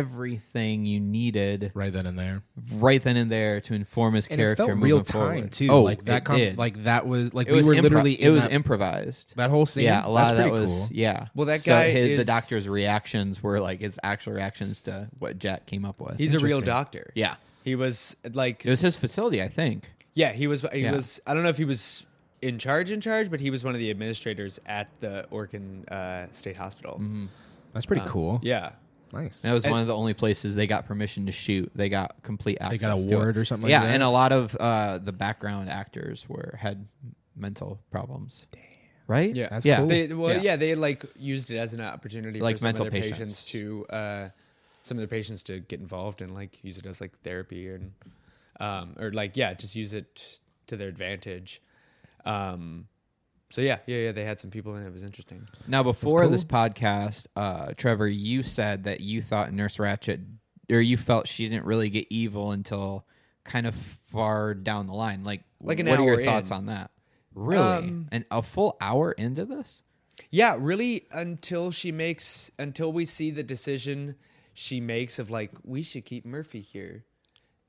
everything you needed Right then and there, right then and there to inform his and it character. felt moving real time forward. too. Oh, like that, it did. like that was like it we was were impro- literally it in was that, improvised. that whole scene. yeah, a lot That's of that pretty was cool. yeah. Well, that So guy his- is- the doctor's reactions were like his actual reactions to what Jack came up with. He's a real Interesting. doctor. yeah, He was like it was his facility, I think. Yeah, he was. He Yeah. was. I don't know if he was in charge, in charge, but he was one of the administrators at the Oregon uh, State Hospital. Mm-hmm. That's pretty cool. Yeah, nice. uh, That was And- one of the only places they got permission to shoot. They got complete access. got a to it. ward or something like Yeah, that? and a lot of uh, the background actors were had mental problems. Right? yeah, That's yeah. cool. They, well, yeah. Yeah. they like used it as an opportunity Like for some mental of their patients, patients. to uh, some of their patients to get involved and like use it as like therapy and um, or like yeah, just use it to their advantage. Um, So yeah, yeah, yeah. They had some people in it. It was interesting. Now, before this podcast, uh, Trevor, you said that you thought Nurse Ratchet, or you felt she didn't really get evil until kind of far down the line. Like, Like an what are your hour thoughts in. on that? Really, Um, and a full hour into this? Yeah, really until she makes until we see the decision she makes of like we should keep Murphy here.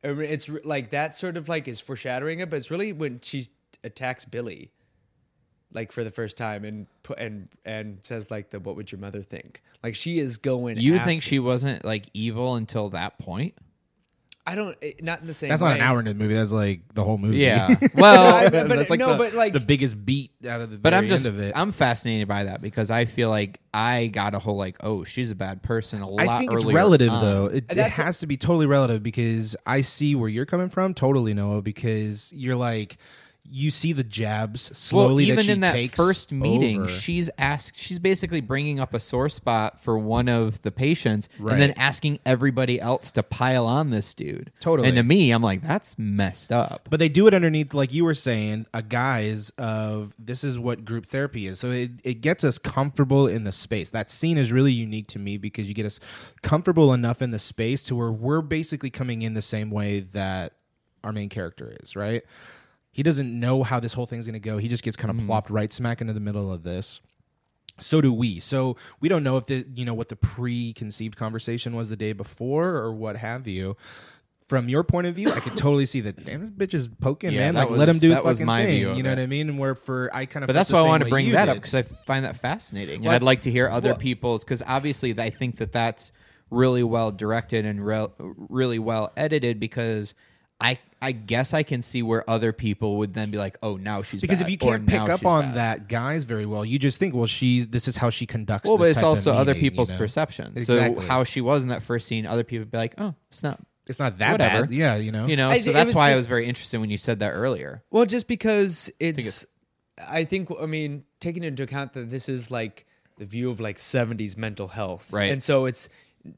I mean, It's re- like that sort of like is foreshadowing it, but it's really when she attacks Billy like for the first time and pu- and and says like the what would your mother think? Like she is going You after- think she wasn't like evil until that point? I don't it- not in the same That's not an way. hour into the movie. That's like the whole movie. [laughs] [laughs] Yeah. well, but- that's like no, the, but, like- the biggest beat out of the but very I'm just end of it. I'm fascinated by that because I feel like I got a whole like, oh, she's a bad person a lot I think earlier. Um, it's relative on. though. It, it That's- has to be totally relative because I see where you're coming from, totally Noah. Because you're like, you see the jabs Well, slowly even that she in that takes first meeting, over. she's asked. She's basically bringing up a sore spot for one of the patients, Right. and then asking everybody else to pile on this dude. Totally. And to me, I'm like, that's messed up. But they do it underneath, like you were saying, a guise of this is what group therapy is. So it, it gets us comfortable in the space. That scene is really unique to me because you get us comfortable enough in the space to where we're basically coming in the same way that our main character is, right? He doesn't know how this whole thing's going to go. He just gets kind of Mm-hmm. plopped right smack into the middle of this so do we so we don't know if the you know what the preconceived conversation was the day before or what have you from your point of view [coughs] i could totally see that damn this bitch is poking Yeah, man that like let was- him do his that was fucking my thing view of you know it. what i mean and where for i kind of But that's why I wanted to bring that up because I find that fascinating, and Well, I'd like to hear other people's because obviously I think that that's really well directed and re- really well edited because I I guess I can see where other people would then be like, oh, now she's because bad, if you or can't pick now up she's on bad. that guys very well you just think well she this is how she conducts Well, but this it's type of also other meeting, you people's know? perceptions. Exactly. So how she was in that first scene, other people would be like, "Oh, it's not." it's not that Whatever. bad yeah you know You know, I- so it that's was why I just- was very interested when you said that earlier. Well, just because it's, I think, I mean, taking into account that this is like the view of like 70s mental health. Right. And so it's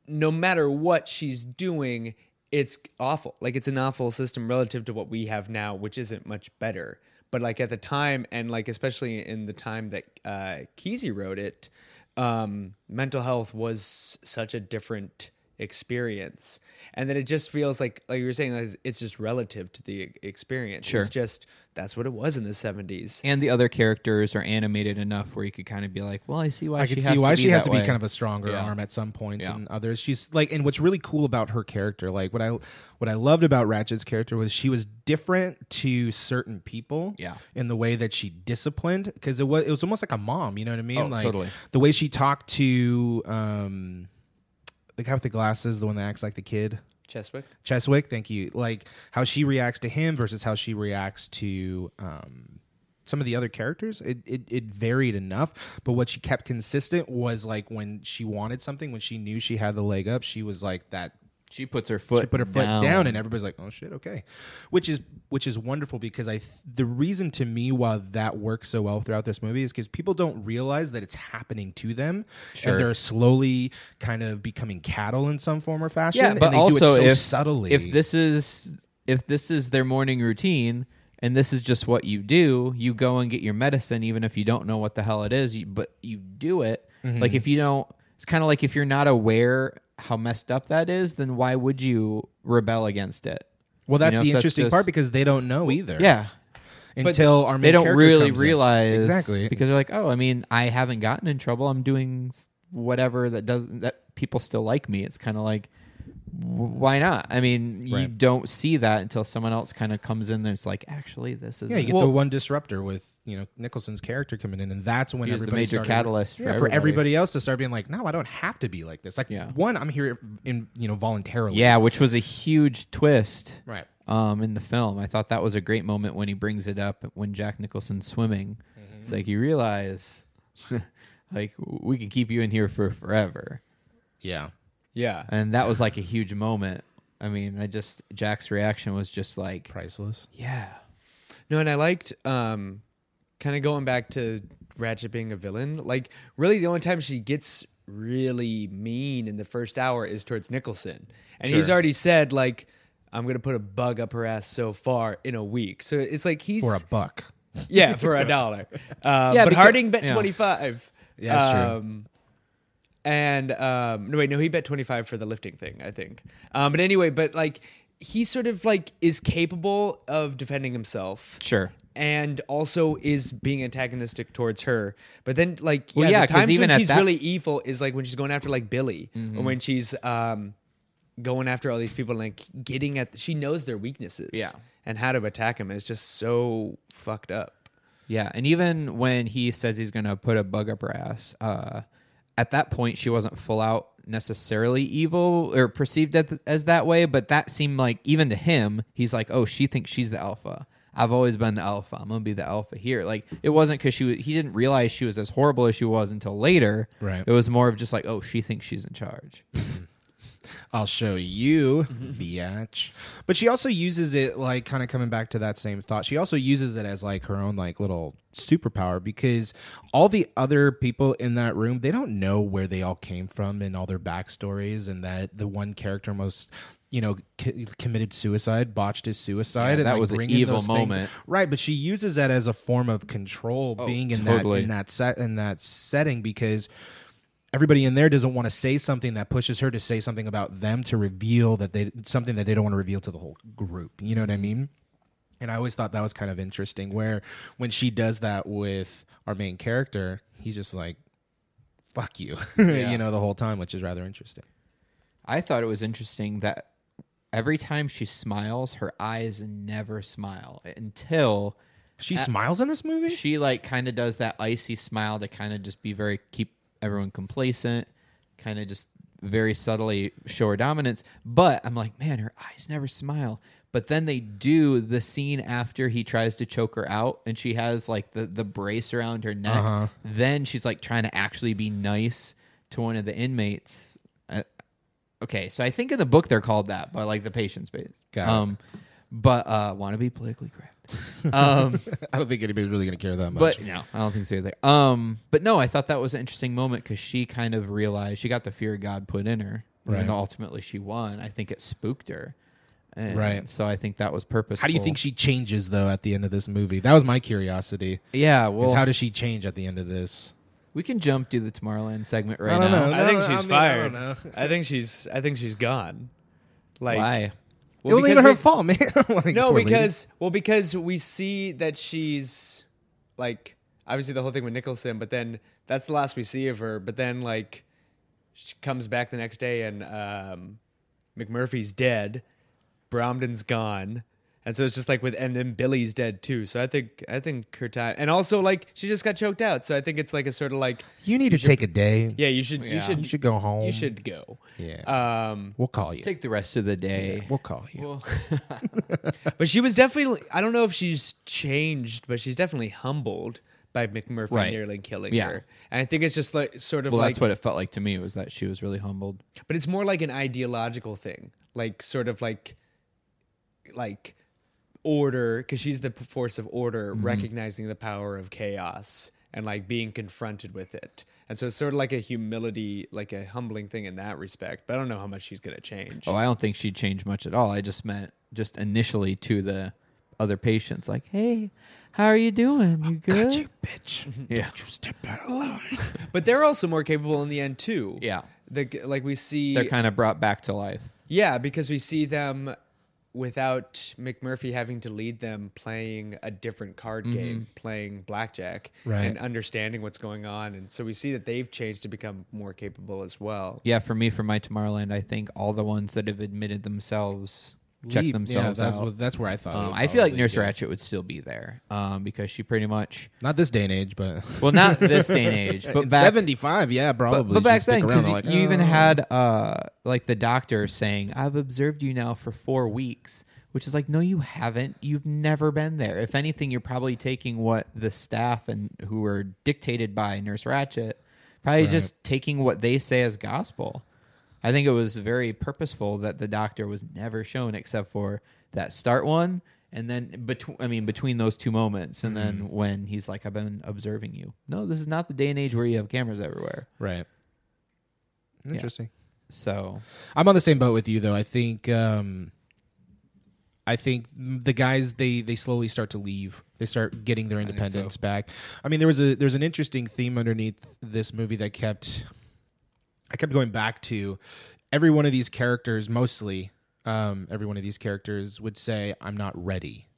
no matter what she's doing, it's awful. Like it's an awful system relative to what we have now, which isn't much better. But like at the time, and like especially in the time that uh, Kesey wrote it, um, mental health was such a different experience, and then it just feels like, like you were saying, like it's just relative to the e-, experience. Sure. It's just that's what it was in the seventies. And the other characters are animated enough where you could kind of be like, "Well, I see why I she can has see why to be she has that to way. be kind of a stronger Yeah. arm at some points Yeah. than others. She's like, and what's really cool about her character, like what I what I loved about Ratchet's character was she was different to certain people, Yeah. in the way that she disciplined because it was it was almost like a mom, you know what I mean? Oh, like totally. the way she talked to um the guy with the glasses, the one that acts like the kid. Cheswick. Cheswick, thank you. Like how she reacts to him versus how she reacts to um, some of the other characters. It, it it varied enough, but what she kept consistent was like when she wanted something, when she knew she had the leg up, she was like that. she puts her foot. She put her foot down, and everybody's like, "Oh shit, okay," which is which is wonderful because I th- the reason to me why that works so well throughout this movie is because people don't realize that it's happening to them, Sure. and they're slowly kind of becoming cattle in some form or fashion. yeah, and but they also do it so if subtly, if this is if this is their morning routine and this is just what you do, you go and get your medicine even if you don't know what the hell it is, you, but you do it. Mm-hmm. Like if you don't, it's kind of like if you're not aware how messed up that is, then why would you rebel against it? Well, that's know, the if that's interesting just- part because they don't know either. Yeah, until our main they don't character really comes in. realize exactly. because they're like, oh, I mean, I haven't gotten in trouble. I'm doing s- whatever that doesn't that people still like me. It's kind of like, w- why not? I mean, you Right. don't see that until someone else kind of comes in. There's like, actually, this is yeah, you get Well, the one disruptor with you know Nicholson's character coming in, and that's when He was the everybody major started- catalyst for yeah, everybody. else to start being like, no, I don't have to be like this. Like Yeah. one, I'm here in you know voluntarily. yeah, which was a huge twist. right. um, in the film. I thought that was a great moment when he brings it up when Jack Nicholson's swimming. Mm-hmm. It's like you realize, [laughs] like we can keep you in here for forever, Yeah, Yeah. and that was like a huge moment. I mean, I just Jack's reaction was just like, priceless. yeah, No, and I liked um kind of going back to Ratchet being a villain. Like really the only time she gets really mean in the first hour is towards Nicholson. And he's already said like I'm going to put a bug up her ass so far in a week. So it's like he's For a buck. [laughs] yeah, for a dollar. Uh, Yeah, but becau- Harding bet yeah. twenty five. Yeah, that's true. Um, and um, no, wait, no, he bet twenty five for the lifting thing, I think. Um, but anyway, but like he sort of like is capable of defending himself. Sure. And also is being antagonistic towards her, but then like yeah, Well, yeah, the 'cause times even when at she's that- Mm-hmm. really evil is like when she's going after like Billy, or when she's um going after all these people and like getting at she knows their weaknesses Yeah. and how to attack them is just so fucked up Yeah, and even when he says he's gonna put a bug up her ass, uh, at that point she wasn't full out necessarily evil or perceived at- as that way, but that seemed like even to him, he's like, oh, she thinks she's the alpha. I've always been the alpha. I'm gonna be the alpha here. Like it wasn't because she was, he didn't realize she was as horrible as she was until later. Right. It was more of just like, oh, she thinks she's in charge. I'll show you, Mm-hmm. biatch. But she also uses it like kind of coming back to that same thought. She also uses it as like her own like little superpower because all the other people in that room they don't know where they all came from and all their backstories and that the one character most you know c- committed suicide botched his suicide and that like, was an bringing evil those things- moment. right but she uses that as a form of control being in totally. that in that set in that setting because everybody in there doesn't want to say something that pushes her to say something about them to reveal that they something that they don't want to reveal to the whole group. You know what I mean? And I always thought that was kind of interesting where when she does that with our main character, he's just like fuck you. [laughs] you know the whole time, which is rather interesting. I thought it was interesting that every time she smiles, her eyes never smile until She smiles in this movie? she like kind of does that icy smile to kind of just be very keep everyone complacent, kind of just very subtly show her dominance. But I'm like, man, her eyes never smile. But then they do the scene after he tries to choke her out and she has like the, the brace around her neck. Uh-huh. Then she's like trying to actually be nice to one of the inmates. I- okay, so I think in the book they're called that, but like the patient's base. Got it. Um, but uh, want to be politically correct. [laughs] Um, [laughs] I don't think anybody's really going to care that much. but no, I don't think so either. Um, but no, I thought that was an interesting moment because she kind of realized she got the fear God put in her, Right. and ultimately she won. I think it spooked her, and Right. So I think that was purposeful. how do you think she changes though at the end of this movie? That was my curiosity. yeah, Is well, how does she change at the end of this? we can jump to the Tomorrowland segment right I don't now. know. i think I she's mean, I don't fired know. I think she's i think she's gone like Why? well, it wasn't because even her we- fault, man. [laughs] Like, no poor lady. because well because we see that she's like obviously the whole thing with nicholson but then that's the last we see of her but then like she comes back the next day and um mcmurphy's dead bromden's gone and so it's just like with and then billy's dead too so i think i think her time and also like she just got choked out so i think it's like a sort of like You need to take a day. yeah you should you Yeah. should You should go home. you should go Yeah. um we'll call you. Take the rest of the day. we'll call you. Well, But she was definitely, I don't know if she's changed, but she's definitely humbled by McMurphy Right. nearly killing Yeah. her. And I think it's just like sort of well, like, that's what it felt like to me was that she was really humbled. but it's more like an ideological thing, like sort of like, like order, because she's the force of order, Mm-hmm. recognizing the power of chaos and like being confronted with it. And so it's sort of like a humility, like a humbling thing in that respect. But I don't know how much she's going to change. Oh, I don't think she changed much at all. I just meant just initially to the other patients, like, hey, how are you doing? You good? bitch. Yeah. you step out of line. But they're also more capable in the end too. Yeah. The, like we see They're kind of brought back to life. Yeah, because we see them without McMurphy having to lead them playing a different card game, playing blackjack, Right. and understanding what's going on. And so we see that they've changed to become more capable as well. Yeah, for me, for my Tomorrowland, I think all the ones that have admitted themselves check Leave. themselves yeah, that's out. What, that's where I thought. it um, would I feel like probably Nurse go. Ratchet would still be there um, because she pretty much, Not this day and age, [laughs] but well, not this day and [laughs] age, but back, seventy-five. Yeah, but, probably. but back She'd stick then, around, 'cause they're you, like, you even "Oh." had uh, like the doctor saying, "I've observed you now for four weeks," which is like, no, you haven't. You've never been there. If anything, you're probably taking what the staff and who are dictated by Nurse Ratchet, probably just taking what they say as gospel. I think it was very purposeful that the doctor was never shown except for that start one. And then between, I mean, between those two moments, and Mm-hmm. then when he's like, "I've been observing you." No, this is not the day and age where you have cameras everywhere. right. Interesting. So I'm on the same boat with you though. I think um I think the guys they they slowly start to leave They start getting their think so. independence back. I mean, there was a there's an interesting theme underneath this movie that kept I kept going back to every one of these characters, mostly um, every one of these characters would say, I'm not ready.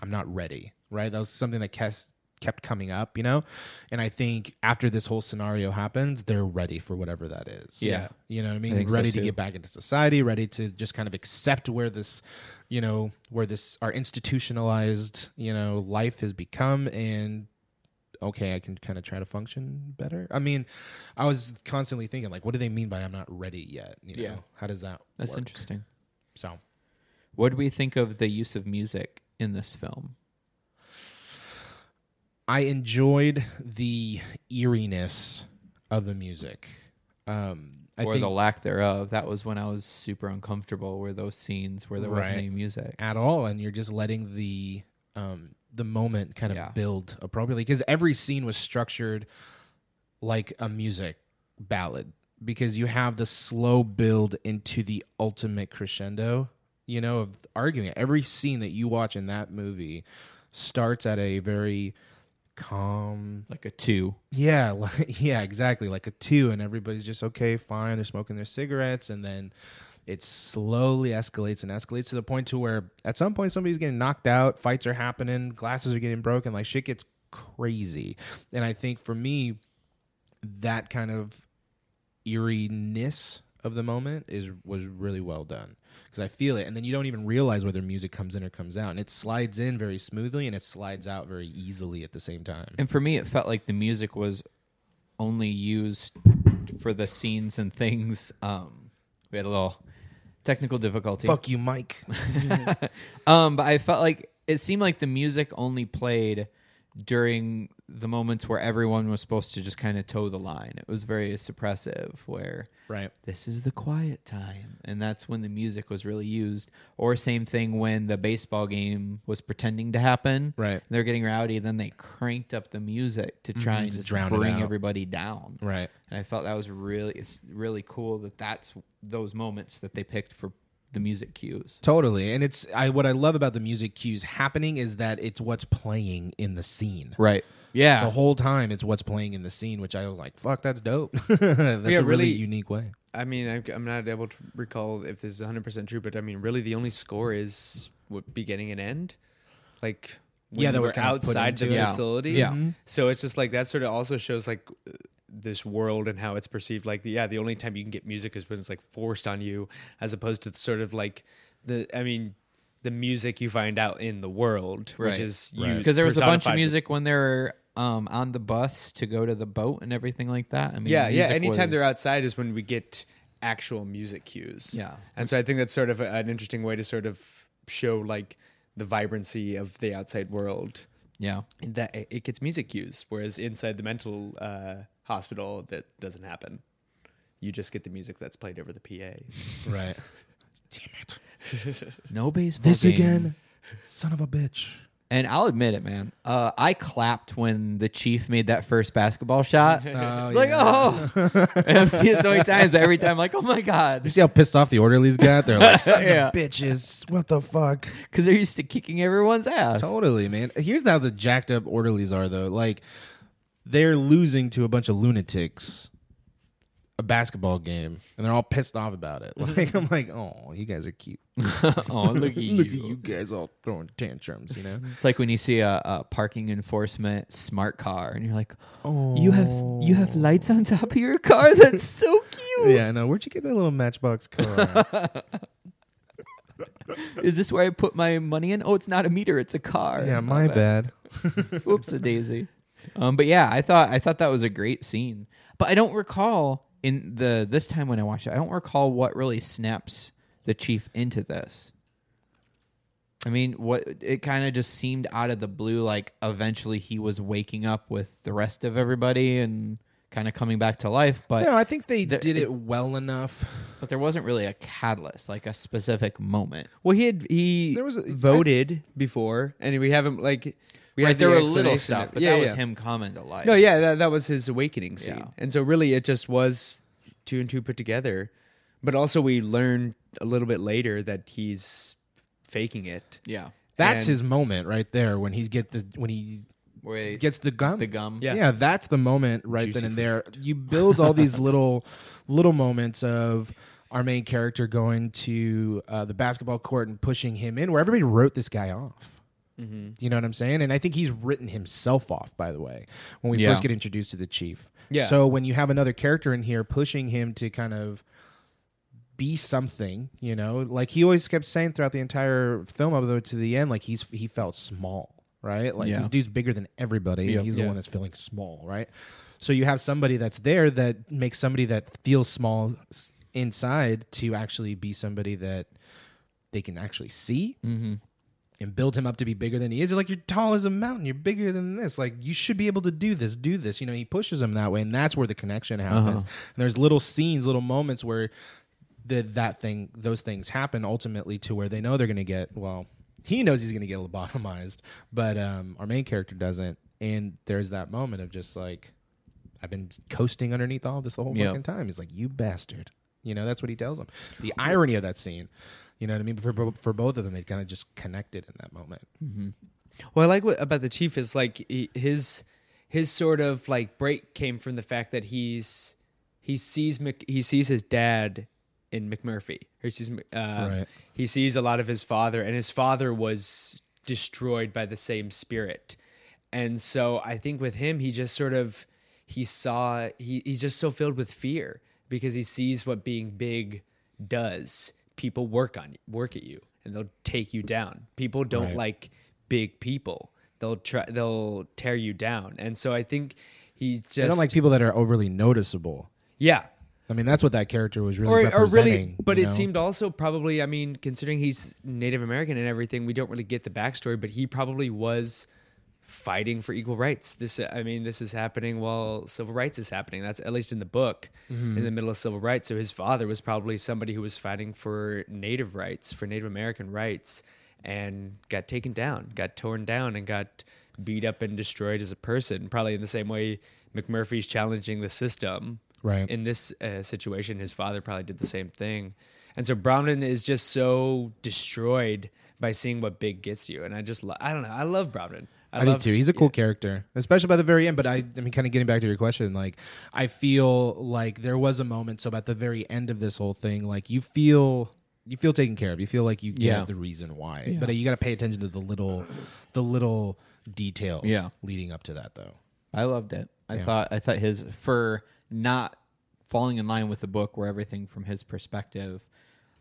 I'm not ready. Right? That was something that kept, kept coming up, you know? And I think after this whole scenario happens, they're ready for whatever that is. Yeah. You know what I mean? think so, ready to too. get back into society, ready to just kind of accept where this, you know, where this, our institutionalized, you know, life has become and okay, I can kind of try to function better. I mean, I was constantly thinking like, what do they mean by I'm not ready yet? You know, Yeah. how does that? That's work? interesting. So What do we think of the use of music in this film? I enjoyed the eeriness of the music. Um, I or think the lack thereof. That was when I was super uncomfortable. Were those scenes where there wasn't Right. any music? at all, and you're just letting the um, the moment kind of Yeah. build appropriately because every scene was structured like a music ballad because you have the slow build into the ultimate crescendo you know of arguing every scene that you watch in that movie starts at a very calm Like a two. yeah [laughs] like, yeah exactly like a two and everybody's just okay fine they're smoking their cigarettes and then it slowly escalates and escalates to the point to where at some point somebody's getting knocked out fights are happening glasses are getting broken like shit gets crazy and i think for me that kind of eeriness of the moment is was really well done because I feel it, and then you don't even realize whether music comes in or comes out, and it slides in very smoothly and it slides out very easily at the same time. And for me, it felt like the music was only used for the scenes and things. Um, we had a little technical difficulty. Fuck you, Mike. Um, but I felt like it seemed like the music only played during the moments where everyone was supposed to just kind of toe the line. It was very suppressive, where right. this is the quiet time, and that's when the music was really used. Or same thing when the baseball game was pretending to happen, Right. They're getting rowdy, then they cranked up the music to try and just drown it bring out. everybody down, Right. And I felt that was really, it's really cool that that's those moments that they picked for the music cues. Totally. And it's I what I love about the music cues happening is that it's what's playing in the scene. Right. Yeah. The whole time it's what's playing in the scene, which I was like, fuck, that's dope. [laughs] that's a really really- unique way. I mean, I'm, I'm not able to recall if this is 100 percent true, but I mean, really, the only score is what, beginning and end, like when Yeah, that we're was kind of put outside the into it. Mm-hmm. facility. Yeah. Mhm. so it's just like that sort of also shows like uh, this world and how it's perceived. Like, yeah, the only time you can get music is when it's like forced on you, as opposed to sort of like the. I mean. The music you find out in the world, Right. which is you, because there was a bunch of personified- music when they're um, on the bus to go to the boat and everything like that. I mean, Yeah, yeah. music Anytime they're was- outside is when we get actual music cues. Yeah. and so I think that's sort of an interesting way to sort of show like the vibrancy of the outside world Yeah, in that it- it gets music cues, whereas inside the mental uh, hospital that doesn't happen. You just get the music that's played over the PA. [laughs] Right. no baseball. game. son of a bitch. and I'll admit it, man. Uh, I clapped when the chief made that first basketball [laughs] shot. Oh, like, oh, and I've seen it so many times. but Every time, like, oh my You god, see how pissed off the orderlies got? [laughs] They're like, sons Yeah. of bitches. What the fuck? because they're used to kicking everyone's ass. Totally, man. Here's how the jacked up orderlies are, though. Like, they're losing to a bunch of lunatics a basketball game, and they're all pissed off about it. [laughs] Like, I'm like, oh, you guys are cute. [laughs] oh, Mm-hmm. [laughs] look at you. Look at you guys all throwing tantrums, [laughs] you know? It's like when you see a, a parking enforcement smart car, and you're like, "Oh, you have you have lights on top of your [laughs] car. That's so cute." yeah, I know. Where'd you get that [laughs] little Matchbox car? Is this where I put my money in? Oh, it's not a meter; it's a car. yeah, my bad. Oops, a daisy. Um, but yeah, I thought I thought that was a great scene, but I don't recall in the this time when I watched it, I don't recall what really snaps the chief into this. I mean, what it kind of just seemed out of the blue. Like eventually, he was waking up with the rest of everybody and kind of coming back to life. But No, I think they The- did it- it well enough. but there wasn't really a catalyst, like a specific moment. Well, he had he There was a- voted before, and we haven't like we Right, had there the were little explanation stuff, of- but yeah, that was yeah. him coming to life. No, yeah, that, that was his awakening scene. Yeah. And so really it just was two and two put together. But also we learned a little bit later that he's faking it. yeah. That's And- his moment right there when he get the when he Where he gets the gum. the gum. Yeah. Yeah. that's the moment right then and there. You build all these little little moments of our main character going to uh, the basketball court and pushing him in, where everybody wrote this guy off. Mm-hmm. You know what I'm saying? And I think he's written himself off, by the way, when we Yeah. first get introduced to the chief. Yeah. So when you have another character in here pushing him to kind of be something, you know, like he always kept saying throughout the entire film, although to the end, like he's he felt small, right? Like Yeah. this dude's bigger than everybody. Yeah. and he's Yeah. the one that's feeling small, right? So you have somebody that's there that makes somebody that feels small s- inside to actually be somebody that they can actually see and build him up to be bigger than he is. He's like, you're tall as a mountain. You're bigger than this. Like, you should be able to do this, do this. You know, he pushes him that way. And that's where the connection happens. And there's little scenes, little moments where the, that thing, those things happen ultimately to where they know they're going to get, well, he knows he's going to get lobotomized, but um, our main character doesn't. And there's that moment of just like, I've been coasting underneath all this the whole Yeah. fucking time. He's like, you bastard. You know, that's what he tells him. The irony of that scene. You know what I mean? But for, bo- for both of them, they kind of just connected in that moment. Well, I like what about the chief is like he, his his sort of like break came from the fact that he's he sees Mc, he sees his dad in McMurphy. Or he sees uh, Right. he sees a lot of his father, and his father was destroyed by the same spirit. And so I think with him, he just sort of he saw he he's just so filled with fear because he sees what being big does. People work on you, work at you, and they'll take you down. People don't Right. like like big people. They'll try. They'll tear you down. And so I think he's just I don't like people that are overly noticeable. yeah, I mean, that's what that character was really or or representing. really. But you it know? seemed also probably. I mean, considering he's Native American and everything, we don't really get the backstory. But he probably was fighting for equal rights. This, I mean, this is happening while civil rights is happening. That's at least in the book, Mm-hmm. in the middle of civil rights. So his father was probably somebody who was fighting for Native rights, for Native American rights, and got taken down, got torn down, and got beat up and destroyed as a person. Probably in the same way McMurphy's challenging the system. Right. In this uh, situation, his father probably did the same thing. And so Brownan is just so destroyed by seeing what big gets you. And I just, lo- I don't know. I love Brownan. I, do too. He's a cool character, especially by the very end. But I, I mean, kind of getting back to your question, like I feel like there was a moment. So about the very end of this whole thing, like you feel you feel taken care of. You feel like you get Yeah. the reason why. But you got to pay attention to the little the little details. Yeah. leading up to that though. I loved it. I thought I thought his for not falling in line with the book where everything from his perspective.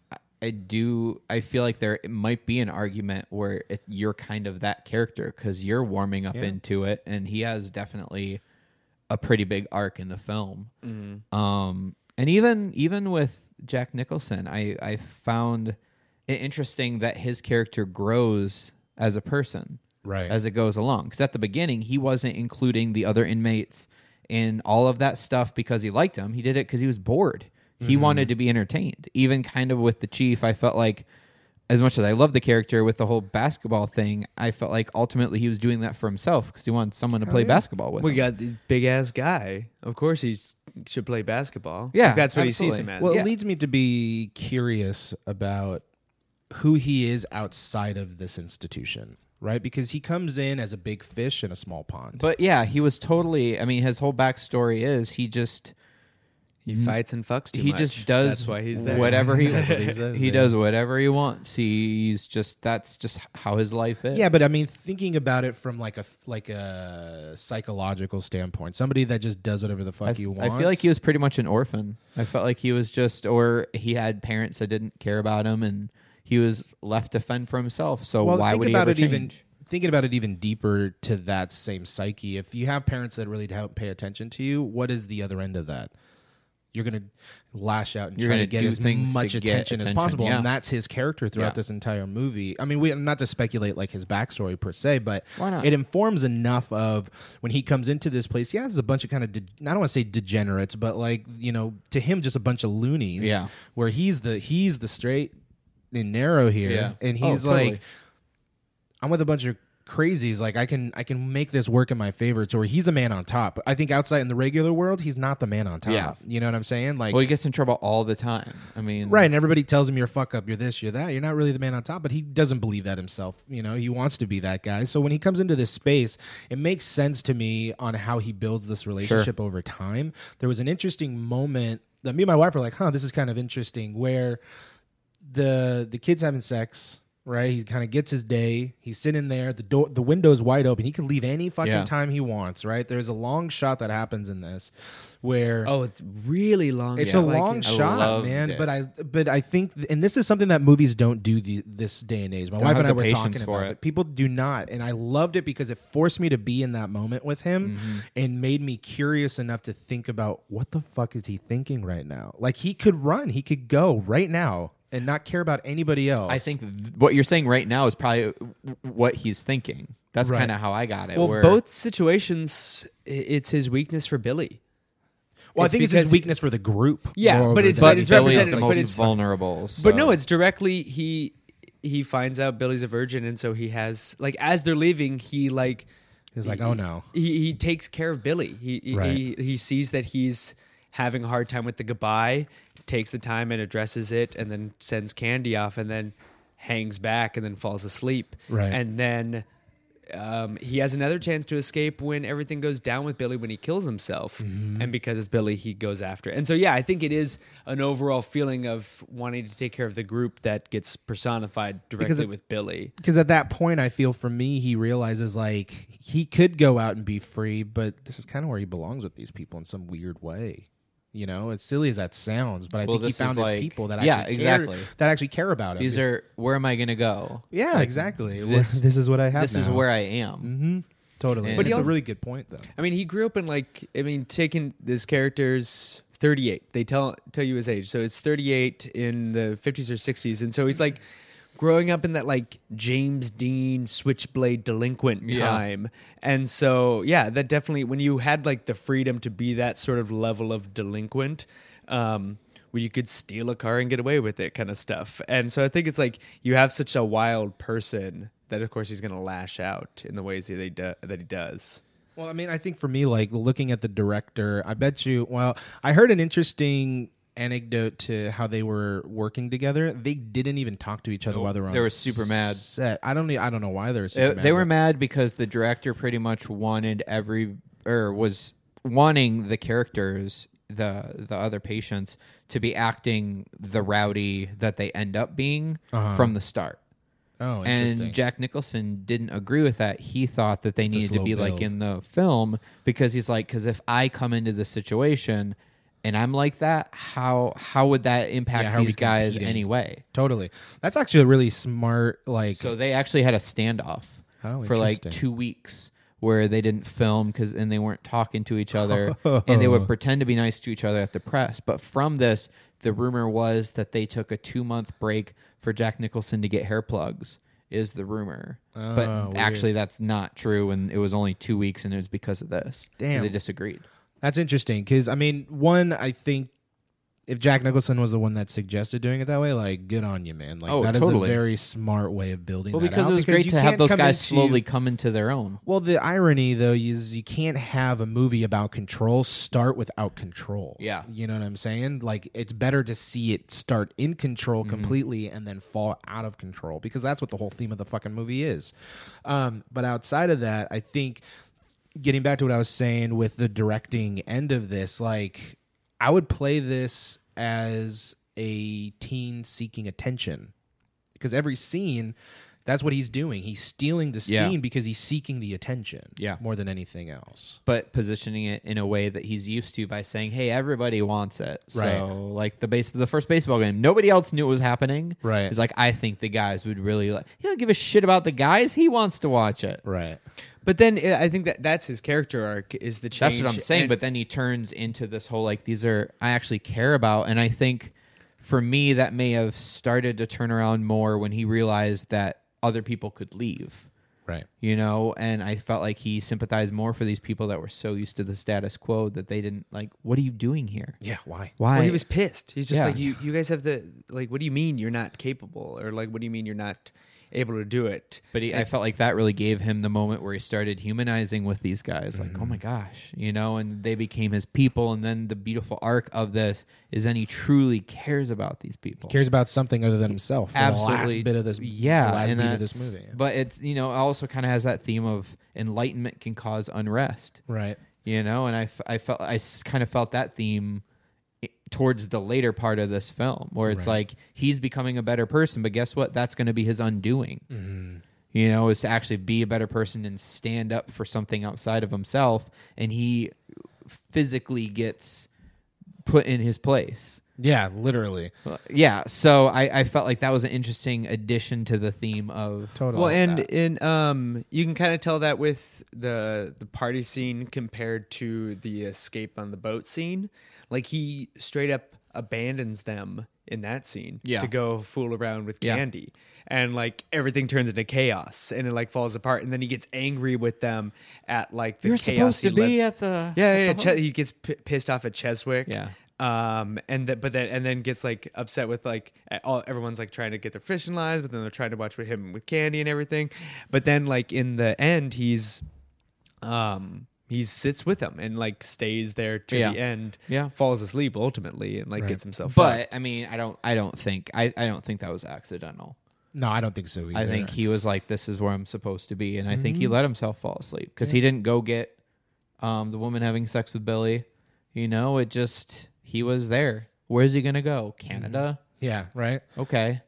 I, I do. I feel like there might be an argument where it, you're kind of that character because you're warming up into it, and he has definitely a pretty big arc in the film. Um, and even even with Jack Nicholson, I I found it interesting that his character grows as a person Right. as it goes along. Because at the beginning, he wasn't including the other inmates in all of that stuff because he liked them. He did it because he was bored. He Mm-hmm. wanted to be entertained. Even kind of with the chief, I felt like, as much as I love the character with the whole basketball thing, I felt like ultimately he was doing that for himself because he wanted someone to play basketball with. We him. got this big ass guy. Of course, he should play basketball. Yeah, If that's what he sees absolutely. him as. Well, it leads me to be curious about who he is outside of this institution, right? Because he comes in as a big fish in a small pond. But yeah, he was totally. I mean, his whole backstory is he just he fights and fucks too he much. just does That's why he's there. whatever [laughs] he That's what he he, says, yeah. does whatever he wants. He's just that's just how his life is. yeah, but I mean, thinking about it from like a like a psychological standpoint, somebody that just does whatever the fuck I, he I wants. feel like he was pretty much an orphan. I felt like he was just, or he had parents that didn't care about him, and he was left to fend for himself. So Well, why think would he about ever it change? even thinking about it even deeper to that same psyche. If you have parents that really don't pay attention to you, what is the other end of that? You're gonna lash out and You're try to gonna get do as things to much get attention, as attention, possible, yeah. and that's his character throughout Yeah. this entire movie. I mean, we not to speculate like his backstory per se, but Why not? it informs enough of when he comes into this place. Yeah, there's a bunch of kind of de- I don't want to say degenerates, but like you know, to him, just a bunch of loonies. Yeah. where he's the he's the straight and narrow here, Yeah. and Oh, he's totally. like. I'm with a bunch of crazies like i can i can make this work in my favor to where he's the man on top i think outside in the regular world he's not the man on top Yeah. you know what i'm saying like Well, he gets in trouble all the time. I mean, Right, and everybody tells him you're a fuck up, you're this, you're that, you're not really the man on top, but he doesn't believe that himself. You know, he wants to be that guy. So when he comes into this space, it makes sense to me on how he builds this relationship over time. There was an interesting moment that me and my wife were like, huh, this is kind of interesting, where the the kid's having sex, right? He kind of gets his day. He's sitting there. The door, the window's wide open. He can leave any fucking Yeah. time he wants, right? There's a long shot that happens in this where Oh, it's really long. it's Yeah. a Like long it. shot, loved man. it. But I, but I think, th- and this is something that movies don't do the, this day and age. My wife have and I the were patience talking for about it. it. People do not, and I loved it because it forced me to be in that moment with him, Mm-hmm. and made me curious enough to think about what the fuck is he thinking right now? Like he could run, he could go right now, and not care about anybody else. I think th- what you're saying right now is probably w- what he's thinking. That's Right. kind of how I got it. Well, where- both situations, i- it's his weakness for Billy. Well, it's I think it's his because- weakness for the group. Yeah, moreover but it's- than but anything Billy is else. the represented- but most it's- vulnerable. so- But no, it's directly he he finds out Billy's a virgin, and so he has like as they're leaving, he like He's like, oh no. he, he takes care of Billy. He he, Right. he he sees that he's having a hard time with the goodbye, takes the time and addresses it, and then sends Candy off, and then hangs back, and then falls asleep. Right. and then. Um, he has another chance to escape when everything goes down with Billy when he kills himself, Mm-hmm. and because it's Billy, he goes after. it. And so, yeah, I think it is an overall feeling of wanting to take care of the group that gets personified directly it- with Billy. because at that point i feel for me he realizes like he could go out and be free but this is kind of where he belongs with these people in some weird way you know as silly as that sounds but i Well, think he this found is his like- people that yeah, actually care- exactly. that actually care about him these are where am I going to go? yeah exactly this, this- this is what i have This is now. Mm-hmm. where I am. totally and- but But it's he a also- really good point though I mean, he grew up in like I mean, taking this character's 38. They tell tell you his age, so it's 38 in the 50s or 60s, and so he's like growing up in that like James Dean switchblade delinquent Yeah. time. And so yeah, that definitely when you had like the freedom to be that sort of level of delinquent um where you could steal a car and get away with it kind of stuff. And so I think it's like you have such a wild person that of course he's going to lash out in the ways that he, do- that he does. Well, I mean, I think for me, like looking at the director, I bet you. Well, I heard an interesting anecdote to how they were working together. They didn't even talk to each other while they were on. They were super mad. Set. I don't. e- I don't know why they were. Super They, mad, they were but- mad because the director pretty much wanted every or was wanting the characters the the other patients to be acting the rowdy that they end up being Uh-huh. from the start. Oh, interesting. And Jack Nicholson didn't agree with that. He thought that they needed to slow be build. like in the film because he's like because if I come into this situation and I'm like that, how how would that impact Yeah, how are we these guys competing? anyway? Totally. That's actually a really smart like So they actually had a standoff Oh, for like interesting. two weeks where they didn't film because and they weren't talking to each [laughs] other and they would pretend to be nice to each other at the press. But from this, the rumor was that they took a two month break for Jack Nicholson to get hair plugs. Is the rumor, but Oh, actually that's not true, and it was only two weeks, and it was because of this. 'cause Damn. they disagreed. That's interesting cuz I mean, one I think if Jack Nicholson was the one that suggested doing it that way, like good on you, man. Like Oh, that is totally. a very smart way of building Well, that because out it was great you to have can't those come guys into- slowly come into their own. Well, the irony though is you can't have a movie about control start without control. Yeah. You know what I'm saying? Like it's better to see it start in control completely and then fall out of control because that's what the whole theme of the fucking movie is. Um, but outside of that, I think getting back to what I was saying with the directing end of this, like I would play this as a teen seeking attention because every scene that's what he's doing he's stealing the Yeah. scene because he's seeking the attention Yeah. more than anything else but positioning it in a way that he's used to by saying, "Hey, everybody wants it." Right. So, like the base, the first baseball game, nobody else knew it was happening. Right. It's like I think the guys would really like. He doesn't give a shit about the guys. He wants to watch it. right But then uh, I think that that's his character arc is the change. That's what I'm saying. And- but then he turns into this whole like these are I actually care about, and I think for me that may have started to turn around more when he realized that other people could leave. right you know and i felt like he sympathized more for these people that were so used to the status quo that they didn't like what are you doing here yeah why why well, he was pissed. He's just Yeah. like you. You guys have the like. What do you mean you're not capable? Or like, what do you mean you're not? able to do it. But he, I felt like that really gave him the moment where he started humanizing with these guys. Like, Mm-hmm. oh my gosh, you know, and they became his people. And then the beautiful arc of this is then he truly cares about these people. cares about something other than himself. for The last bit of this, yeah, the last and beat of this that's- movie. But it's you know, it also kind of has that theme of enlightenment can cause unrest. right. You know, and I, f- I felt I kind of felt that theme i- towards the later part of this film where it's like he's becoming a better person, but guess what? That's going to be his undoing. Mm-hmm. You know, is to actually be a better person and stand up for something outside of himself, and he physically gets put in his place. Yeah, literally. Well, yeah so I, I felt like that was an interesting addition to the theme of Totally. Well, and in um, you can kind of tell that with the the party scene compared to the escape on the boat scene. Like he straight up abandons them in that scene Yeah. to go fool around with Yeah. candy and like everything turns into chaos and it like falls apart and then he gets angry with them at like the you're chaos supposed he to be left- at the yeah, yeah. yeah. Ches- he gets p- pissed off at Cheswick. Yeah. Um, and that, but then, and then gets like upset with like at all everyone's like trying to get their fishing lines, but then they're trying to watch with him with candy and everything. But then, like in the end, he's, um, he sits with them and like stays there to Yeah. the end. Yeah. falls asleep ultimately and like gets himself. up. but i mean i don't i don't think i, I don't think that was accidental No, I don't think so either. i think he was like this is where i'm supposed to be and i think he Mm-hmm. let himself fall asleep because he didn't go get um, the woman having sex with billy you know it just he was there where's he gonna go Mm-hmm. canada Yeah. Right. okay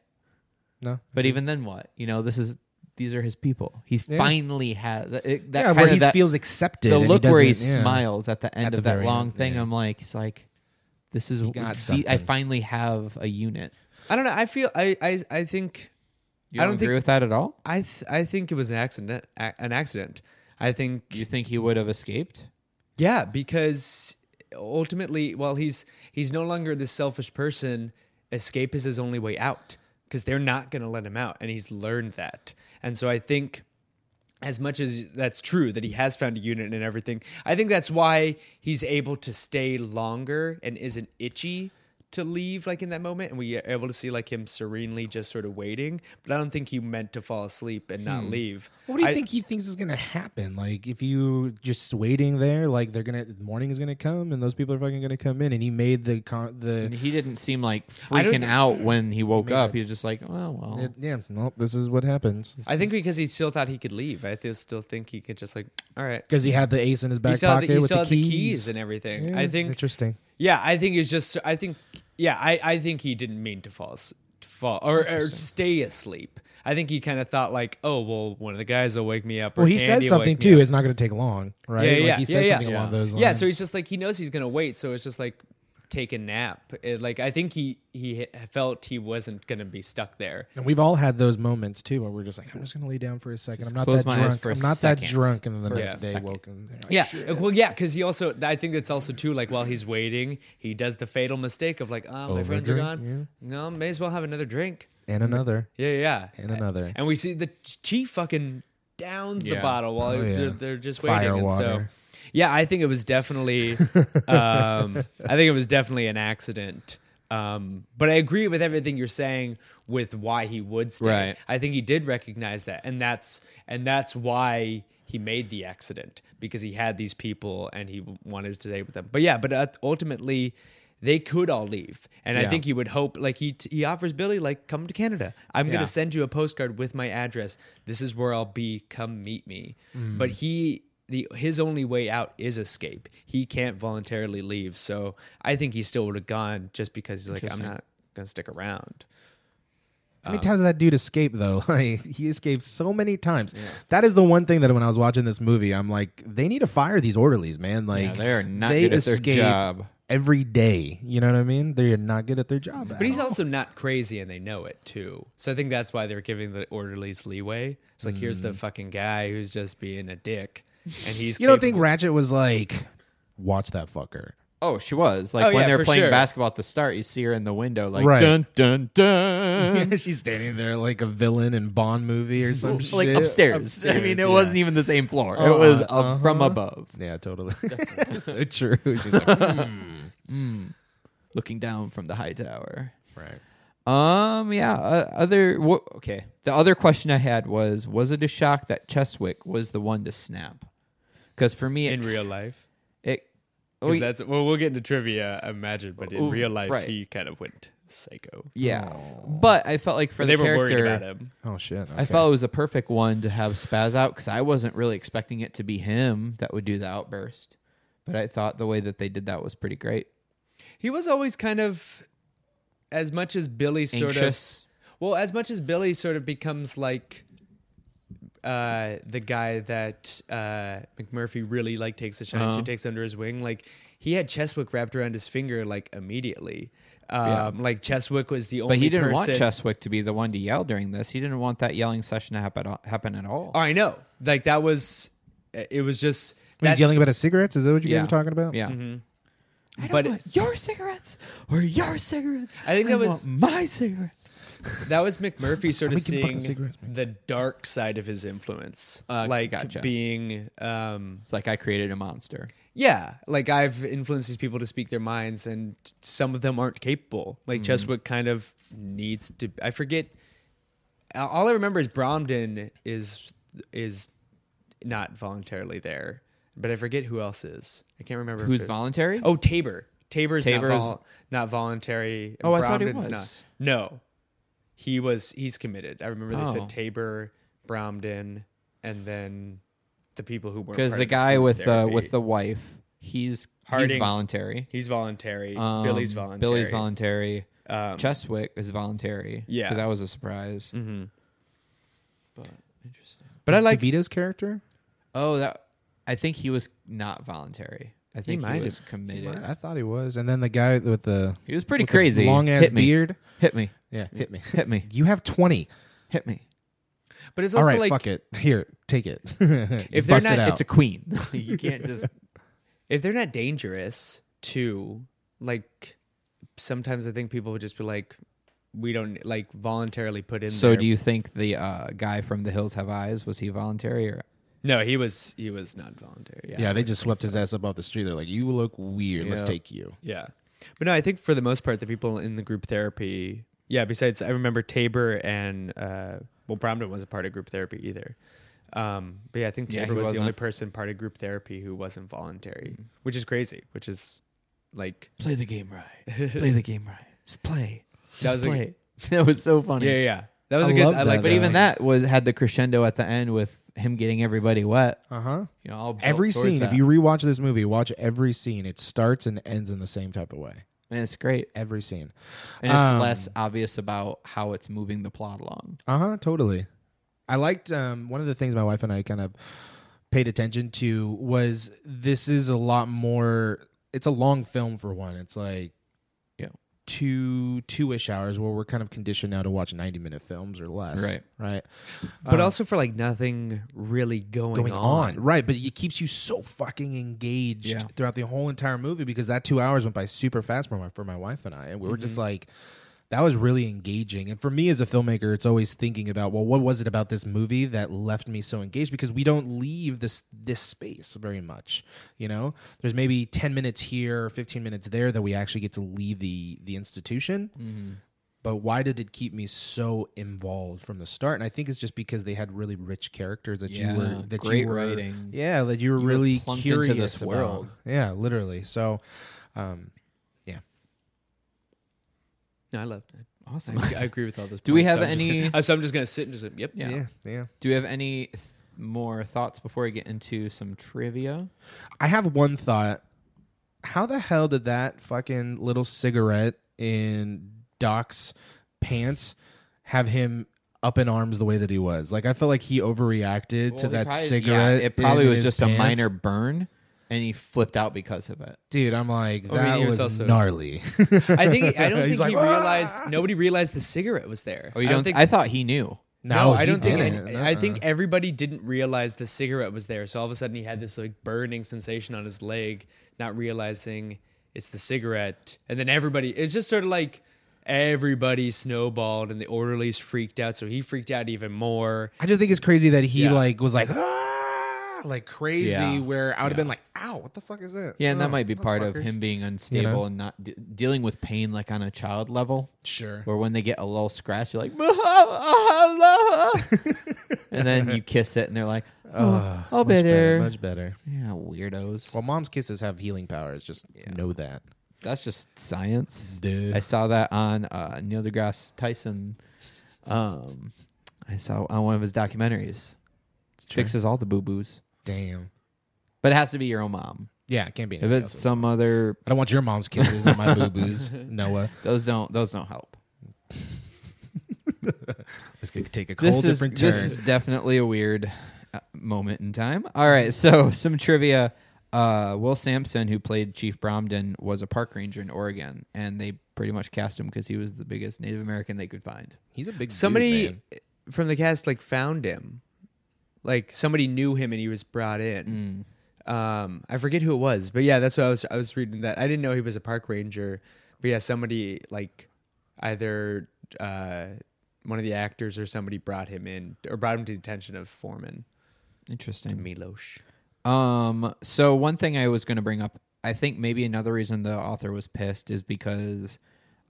No. but even then what you know this is these are his people he Mm-hmm. Yeah. finally has uh, it, that yeah, kind where of he that, feels accepted. the and he look where he doesn't- yeah. smiles at the end At of the that very long end, thing, yeah. I'm like, it's like, this is got the- I something. finally have a unit. I don't know. I feel I I I think You I don't, don't agree think- with that at all. I th- I think it was an accident. a- An accident. I think You think he would have escaped? Yeah, because ultimately, well, he's he's no longer this selfish person. Escape is his only way out because they're not going to let him out, and he's learned that. And so I think, as much as that's true that he has found a unit and everything, I think that's why he's able to stay longer and isn't itchy to leave like in that moment and we are able to see like him serenely just sort of waiting but i don't think he meant to fall asleep and not leave Hmm. What do you I- think he thinks is going to happen? Like, if you just waiting there, like they're gonna morning is gonna come, and those people are fucking gonna come in. And he made the con- And the he didn't seem like I don't freaking thi- out when he woke up. He was just like, oh well. it- yeah. Well, this is what happens I think because he still thought he could leave. I th- still think he could just like, all right. because he had the ace in his back He still, had pocket the, he with the still had keys. the keys and everything. Yeah, I think. interesting. Yeah, I think it's just. I think. Yeah, I, I think he didn't mean to fall as- to fall or, or stay asleep. I think he kind of thought like, oh well, one of the guys will wake me up. Or Well, he Andy says will something wake me too. up. It's not going to take long, right? Yeah, yeah, like yeah, he says yeah, yeah. something along Yeah. those lines. Yeah, so he's just like he knows he's gonna wait, so it's just like take a nap. It, like I think he he felt he wasn't gonna be stuck there. and we've all had those moments too, where we're just like, I'm just going to lay down for a second. I'm not close that my eyes drunk. for a I'm not that second. drunk, and then the a next day second. woken. they're like, Yeah. Well, yeah, because he also, I think it's also too, like, while he's waiting, he does the fatal mistake of, like, oh, my friends are Overdrink, gone. No, may as well have another drink. And another, Yeah, yeah. yeah. and another. And we see the ch- chief fucking downs the Yeah. bottle while Oh, yeah. they're, they're just Fire waiting. And water. so, yeah, I think it was definitely, [laughs] um, I think it was definitely an accident. Um, but I agree with everything you're saying with why he would stay. Right. I think he did recognize that, and that's and that's why he made the accident because he had these people and he wanted to stay with them. But yeah, but uh, ultimately. They could all leave, and I Yeah. think he would hope. Like he he offers Billy, like come to Canada. I'm Yeah. gonna send you a postcard with my address. This is where I'll be. Come meet me. Mm. But he the his only way out is escape. He can't voluntarily leave. So I think he still would have gone just because he's like I'm not gonna stick around. How Um, many times did that dude escape though? [laughs] Like he escaped so many times. That is the one thing that when I was watching this movie, I'm like, they need to fire these orderlies, man. Like they are not good at their escape job. every day. You know what I mean? They're not good at their job. But he's also not crazy, and they know it too. So I think that's why they're giving the orderlies leeway. It's like here's the Mm. fucking guy who's just being a dick, and he's you don't think capable- Ratchet was like, watch that fucker. Oh, she was like Oh, when yeah, they're for playing sure. basketball at the start. You see her in the window, like Right. dun dun [laughs] dun, [laughs] She's standing there like a villain in Bond movie or some [laughs] shit. like upstairs. I mean, it wasn't even the same floor. Uh-huh, it was up from above, [laughs] Yeah, totally. [laughs] so true. She's like, looking down from the high tower. right. Um. Yeah. Uh, other. wha- okay. The other question I had was: Was it a shock that Cheswick was the one to snap? Because for me, it, in real life. it [laughs] 'Cause oh, y- that's well, we'll get into trivia, I imagine, but in Ooh, real life, right. he kind of went psycho. yeah. But I felt like for Oh. they the were character, worried about him. Oh shit! I felt it was a perfect one to have spaz out because I wasn't really expecting it to be him that would do the outburst. But I thought the way that they did that was pretty great. He was always kind of, as much as Billy sort Anxious. of, well, as much as Billy sort of becomes like uh, the guy that uh, McMurphy really like takes a shine to, takes under his wing. Like he had Cheswick wrapped around his finger like immediately. Um, Like Cheswick was the only. But he didn't want person- Cheswick to be the one to yell during this. He didn't want that yelling session to happen at- happen at all. Oh, I know. Like that was. It was just. He's that's- yelling about his cigarettes. Is that what you yeah. guys are talking about? Yeah. Mm-hmm. But- your cigarettes or your cigarettes. I think that was- want my cigarette. that was McMurphy sort of Somebody give me a seeing bucket of cigarettes, man. the dark side of his influence, Uh, like gotcha. being, um, It's like I created a monster. yeah, like I've influenced these people to speak their minds, and some of them aren't capable. Like Mm-hmm. Cheswick kind of needs to. I forget. All I remember is Bromden is is not voluntarily there, but I forget who else is. I can't remember if Who's it- voluntary? Oh, Tabor. Tabor's, Tabor not, is- vol- not voluntary. Oh, I thought he Bromden's was. Not. No, he was. He's committed. I remember they Oh. said Tabor, Bromden, and then the people who weren't. because part the of guy group with the therapy. with the wife, he's he's Harding's- voluntary. he's voluntary. Um, Billy's voluntary. Billy's voluntary. Um, Cheswick is voluntary. Yeah. Mm. because that was a surprise. mm-hmm. But interesting. But I like. DeVito's character. Oh, that I think he was not voluntary. I think he, might was have- committed. I thought he was, and then the guy with the He was pretty crazy. long ass Hit me. beard. Hit me. Yeah, hit me. Hit me. You have twenty. Hit me. But it's All also right, like fuck it. Here, take it. [laughs] If if they're bust not- it [laughs] out. It's a [laughs] queen. [laughs] you can't just if they're not dangerous too, like sometimes I think people would just be like, we don't like voluntarily put in. So their- do you think the uh, guy from The Hills Have Eyes was he voluntary or No, he was. He was not voluntary. yeah, they just swept his ass up off the street. They're like, "You look weird. Let's take you." Yeah. But no, I think for the most part, the people in the group therapy, yeah, besides, I remember Tabor and, uh, well, Bromden wasn't part of group therapy either. Um, but yeah, I think Yeah, Tabor he was the wasn't. Mm. only person part of group therapy who wasn't voluntary, which is crazy, which is like, Play the game [laughs] right. Play the game right. Just play. Just was a- play. [laughs] that was so funny. yeah, yeah, yeah. That was I a good, love I like, that, But though. even that was had the crescendo at the end with him getting everybody wet. Uh huh. You know, all built Every towards scene. that. If you rewatch this movie, watch every scene. It starts and ends in the same type of way. and it's great, Every scene. and it's Um, less obvious about how it's moving the plot along. Uh huh. Totally. I liked um, one of the things my wife and I kind of paid attention to was this is a lot more. It's a long film for one. It's like Yeah. two two ish hours where we're kind of conditioned now to watch ninety minute films or less. Right. Right. um, but also for like nothing really going, going on. Right, but it keeps you so fucking engaged Yeah. throughout the whole entire movie because that two hours went by super fast for my for my wife and I, and we were just like. That was really engaging. And for me as a filmmaker, it's always thinking about, well, what was it about this movie that left me so engaged? Because we don't leave this this space very much. You know? There's maybe ten minutes here, fifteen minutes there that we actually get to leave the the institution but why did it keep me so involved from the start? And I think it's just because they had really rich characters that Yeah, you were that great you were, writing. Yeah, that you were were really plunked into curious this about. world. Yeah, literally. So, um, yeah. No, I loved it. Awesome. [laughs] I, I agree with all those. Do we points. have I'm just any- gonna- [laughs] so I'm just going to sit and [laughs] just, yep. Yeah. yeah, yeah. Do you have any th- more thoughts before we get into some trivia? I have one thought. How the hell did that fucking little cigarette in Doc's pants have him up in arms the way that he was? Like, I felt like he overreacted to Well, he that probably- cigarette. yeah, it probably in was his just a pants. minor burn, and he flipped out because of it. Dude, I'm like, I mean, that he was was, also- gnarly. [laughs] I think, I don't He's think like, he "Ah!" realized, nobody realized the cigarette was there. Oh, you don't? I thought he knew. No, I he don't think. didn't. any- I Uh-uh. think everybody didn't realize the cigarette was there, so all of a sudden he had this like burning sensation on his leg, not realizing it's the cigarette, and then everybody. It's just sort of like everybody snowballed, and the orderlies freaked out, so he freaked out even more. I just think it's crazy that he Yeah. like was like, ah! like crazy Yeah. where I would have been like, ow, what the fuck is that? Yeah, and that Oh, might be part of motherfuckers. him being unstable know? and not de- dealing with pain like on a child level. Sure. Where when they get a little scratch, you're like, [laughs] "Mahalo." and then [laughs] you kiss it, and they're like, "Oh, oh bitter." Much better. Yeah, weirdos. Well, mom's kisses have healing powers. Just know that. That's just science. Duh. I saw that on uh, Neil deGrasse Tyson. Um, I saw on one of his documentaries. Fixes all the boo boos, Damn. but it has to be your own mom. Yeah, it can't be. If anybody it's else's. some other, I don't want your mom's kisses [laughs] on my boo boos, Noah. those don't those don't help. This could take a whole This is different turn. this is definitely a weird uh, moment in time. All right, so [laughs] some trivia. Uh, Will Sampson, who played Chief Bromden, was a park ranger in Oregon, and they pretty much cast him because he was the biggest Native American they could find. He's a big dude, somebody man. from the cast like found him like somebody knew him and he was brought in Mm. um i forget who it was but yeah that's what i was i was reading that i didn't know he was a park ranger but yeah somebody like either uh one of the actors or somebody brought him in or brought him to the attention of foreman Interesting. milosh Um. So one thing I was going to bring up, I think maybe another reason the author was pissed is because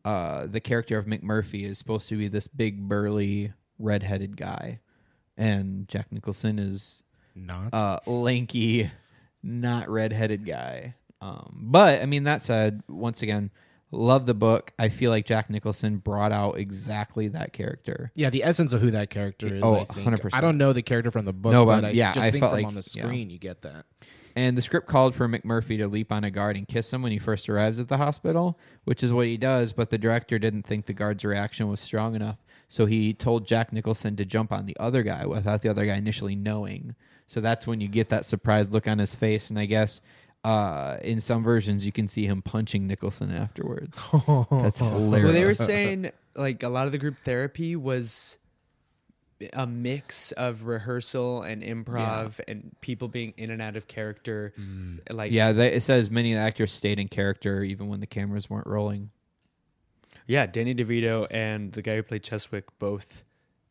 uh, the character of McMurphy is supposed to be this big burly redheaded guy, and Jack Nicholson is not. uh, lanky, not redheaded guy. Um, but I mean, that said, once again, love the book. I feel like Jack Nicholson brought out exactly that character. yeah, the essence of who that character is. Oh, I think. 100%. I don't know the character from the book, No, but, but I yeah, just I think felt from like- on the yeah. screen you get that. And the script called for McMurphy to leap on a guard and kiss him when he first arrives at the hospital, which is what he does, but the director didn't think the guard's reaction was strong enough, so he told Jack Nicholson to jump on the other guy without the other guy initially knowing. So that's when you get that surprised look on his face, and I guess uh, in some versions you can see him punching Nicholson afterwards. that's hilarious. well they were saying like a lot of the group therapy was a mix of rehearsal and improv and people being in and out of character like yeah, they, it says many of the actors stayed in character even when the cameras weren't rolling. Yeah, Danny DeVito and the guy who played Cheswick both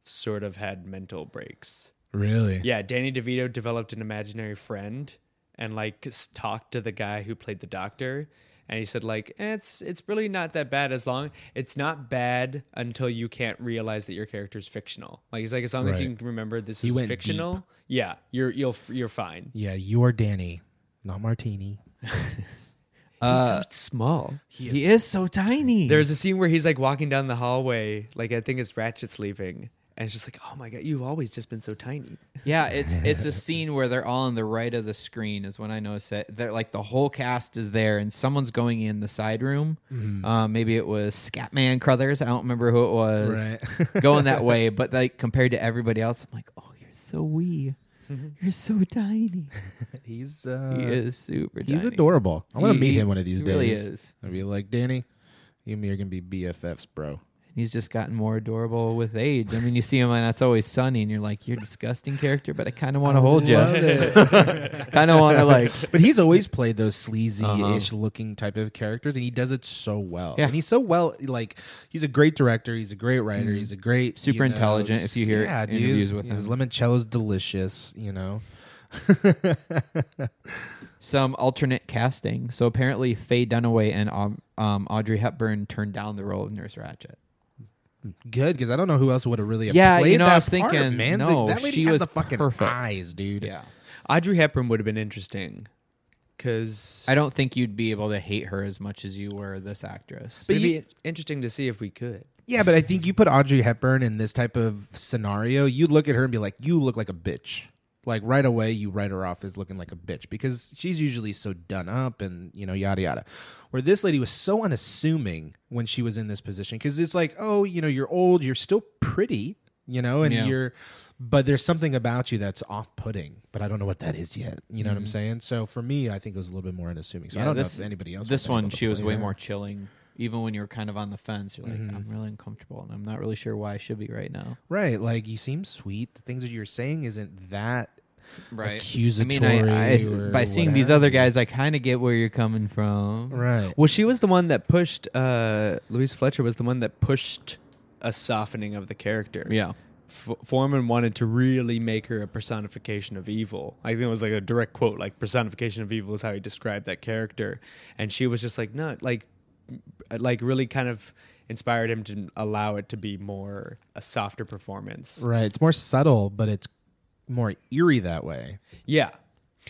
sort of had mental breaks. Really? Yeah, Danny DeVito developed an imaginary friend and like s- talked to the guy who played the doctor and he said like eh, it's it's really not that bad as long it's not bad until you can't realize that your character's fictional. Like he's like as long as you Right. can remember this He is went fictional, deep. yeah, you're you'll f- you're fine. Yeah, you are Danny, not Martini. Uh, he's so small. He is, so tiny. There's a scene where he's like walking down the hallway, like I think it's Ratchet's leaving, and it's just like, oh my god, you've always just been so tiny. Yeah, it's it's a scene where they're all on the right of the screen is when I noticed that they're like the whole cast is there and someone's going in the side room. Uh, maybe it was Scatman Crothers. I don't remember who it was [laughs] going that way, but like compared to everybody else, I'm like, oh, you're so wee, you're so tiny. He's uh, he is super. he's tiny. adorable. I want to He- meet he him one of these days. really is. I'd be like, Danny, you and me are gonna be BFFs, bro. He's just gotten more adorable with age. I mean, you see him and it's always sunny, and you're like, you're a disgusting character, but I kind of want to hold you. [laughs] kind of want to like But he's always played those sleazy-ish looking type of characters, and he does it so well. Uh-huh. Yeah. And he's so well, like he's a great director. He's a great writer. He's a great, Mm-hmm. Super you know, intelligent, if you hear yeah, dude. interviews with His him. limoncello's delicious. You know, some alternate casting. So apparently, Faye Dunaway and um, um, Audrey Hepburn turned down the role of Nurse Ratchet. good because I don't know who else would have really have Yeah, you played know, I that was part, thinking, man. The- no, that lady she had was the fucking perfect. eyes, dude. Yeah, Audrey Hepburn would have been interesting, because I don't think you'd be able to hate her as much as you were this actress. it'd But be you- interesting to see if we could. Yeah, but I think you put Audrey Hepburn in this type of scenario, you'd look at her and be like, "You look like a bitch." Like right away, you write her off as looking like a bitch because she's usually so done up and you know yada yada. Where this lady was so unassuming when she was in this position because it's like, oh, you know, you're old, you're still pretty, you know, and Yeah. you're, but there's something about you that's off-putting. But I don't know what that is yet. You know what I'm saying? So for me, I think it was a little bit more unassuming. So I Mm-hmm. Yeah, don't this- know if anybody else. this would've been one, able to she was play way her. Mm-hmm. more chilling. Even when you're kind of on the fence, you're like, I'm really uncomfortable, and I'm not really sure why I should be right now. Right. Like you seem sweet. The things that you're saying isn't that I mean, I, I, accusatory or by seeing these whatever. other guys, I kind of get where you're coming from. right. Well, she was the one that pushed. Uh, Louise Fletcher was the one that pushed a softening of the character. Yeah. F- Foreman wanted to really make her a personification of evil. I think it was like a direct quote, like personification of evil is how he described that character, and she was just like, no, like, like really kind of inspired him to allow it to be more a softer performance. Right. It's more subtle, but it's more eerie that way. Yeah.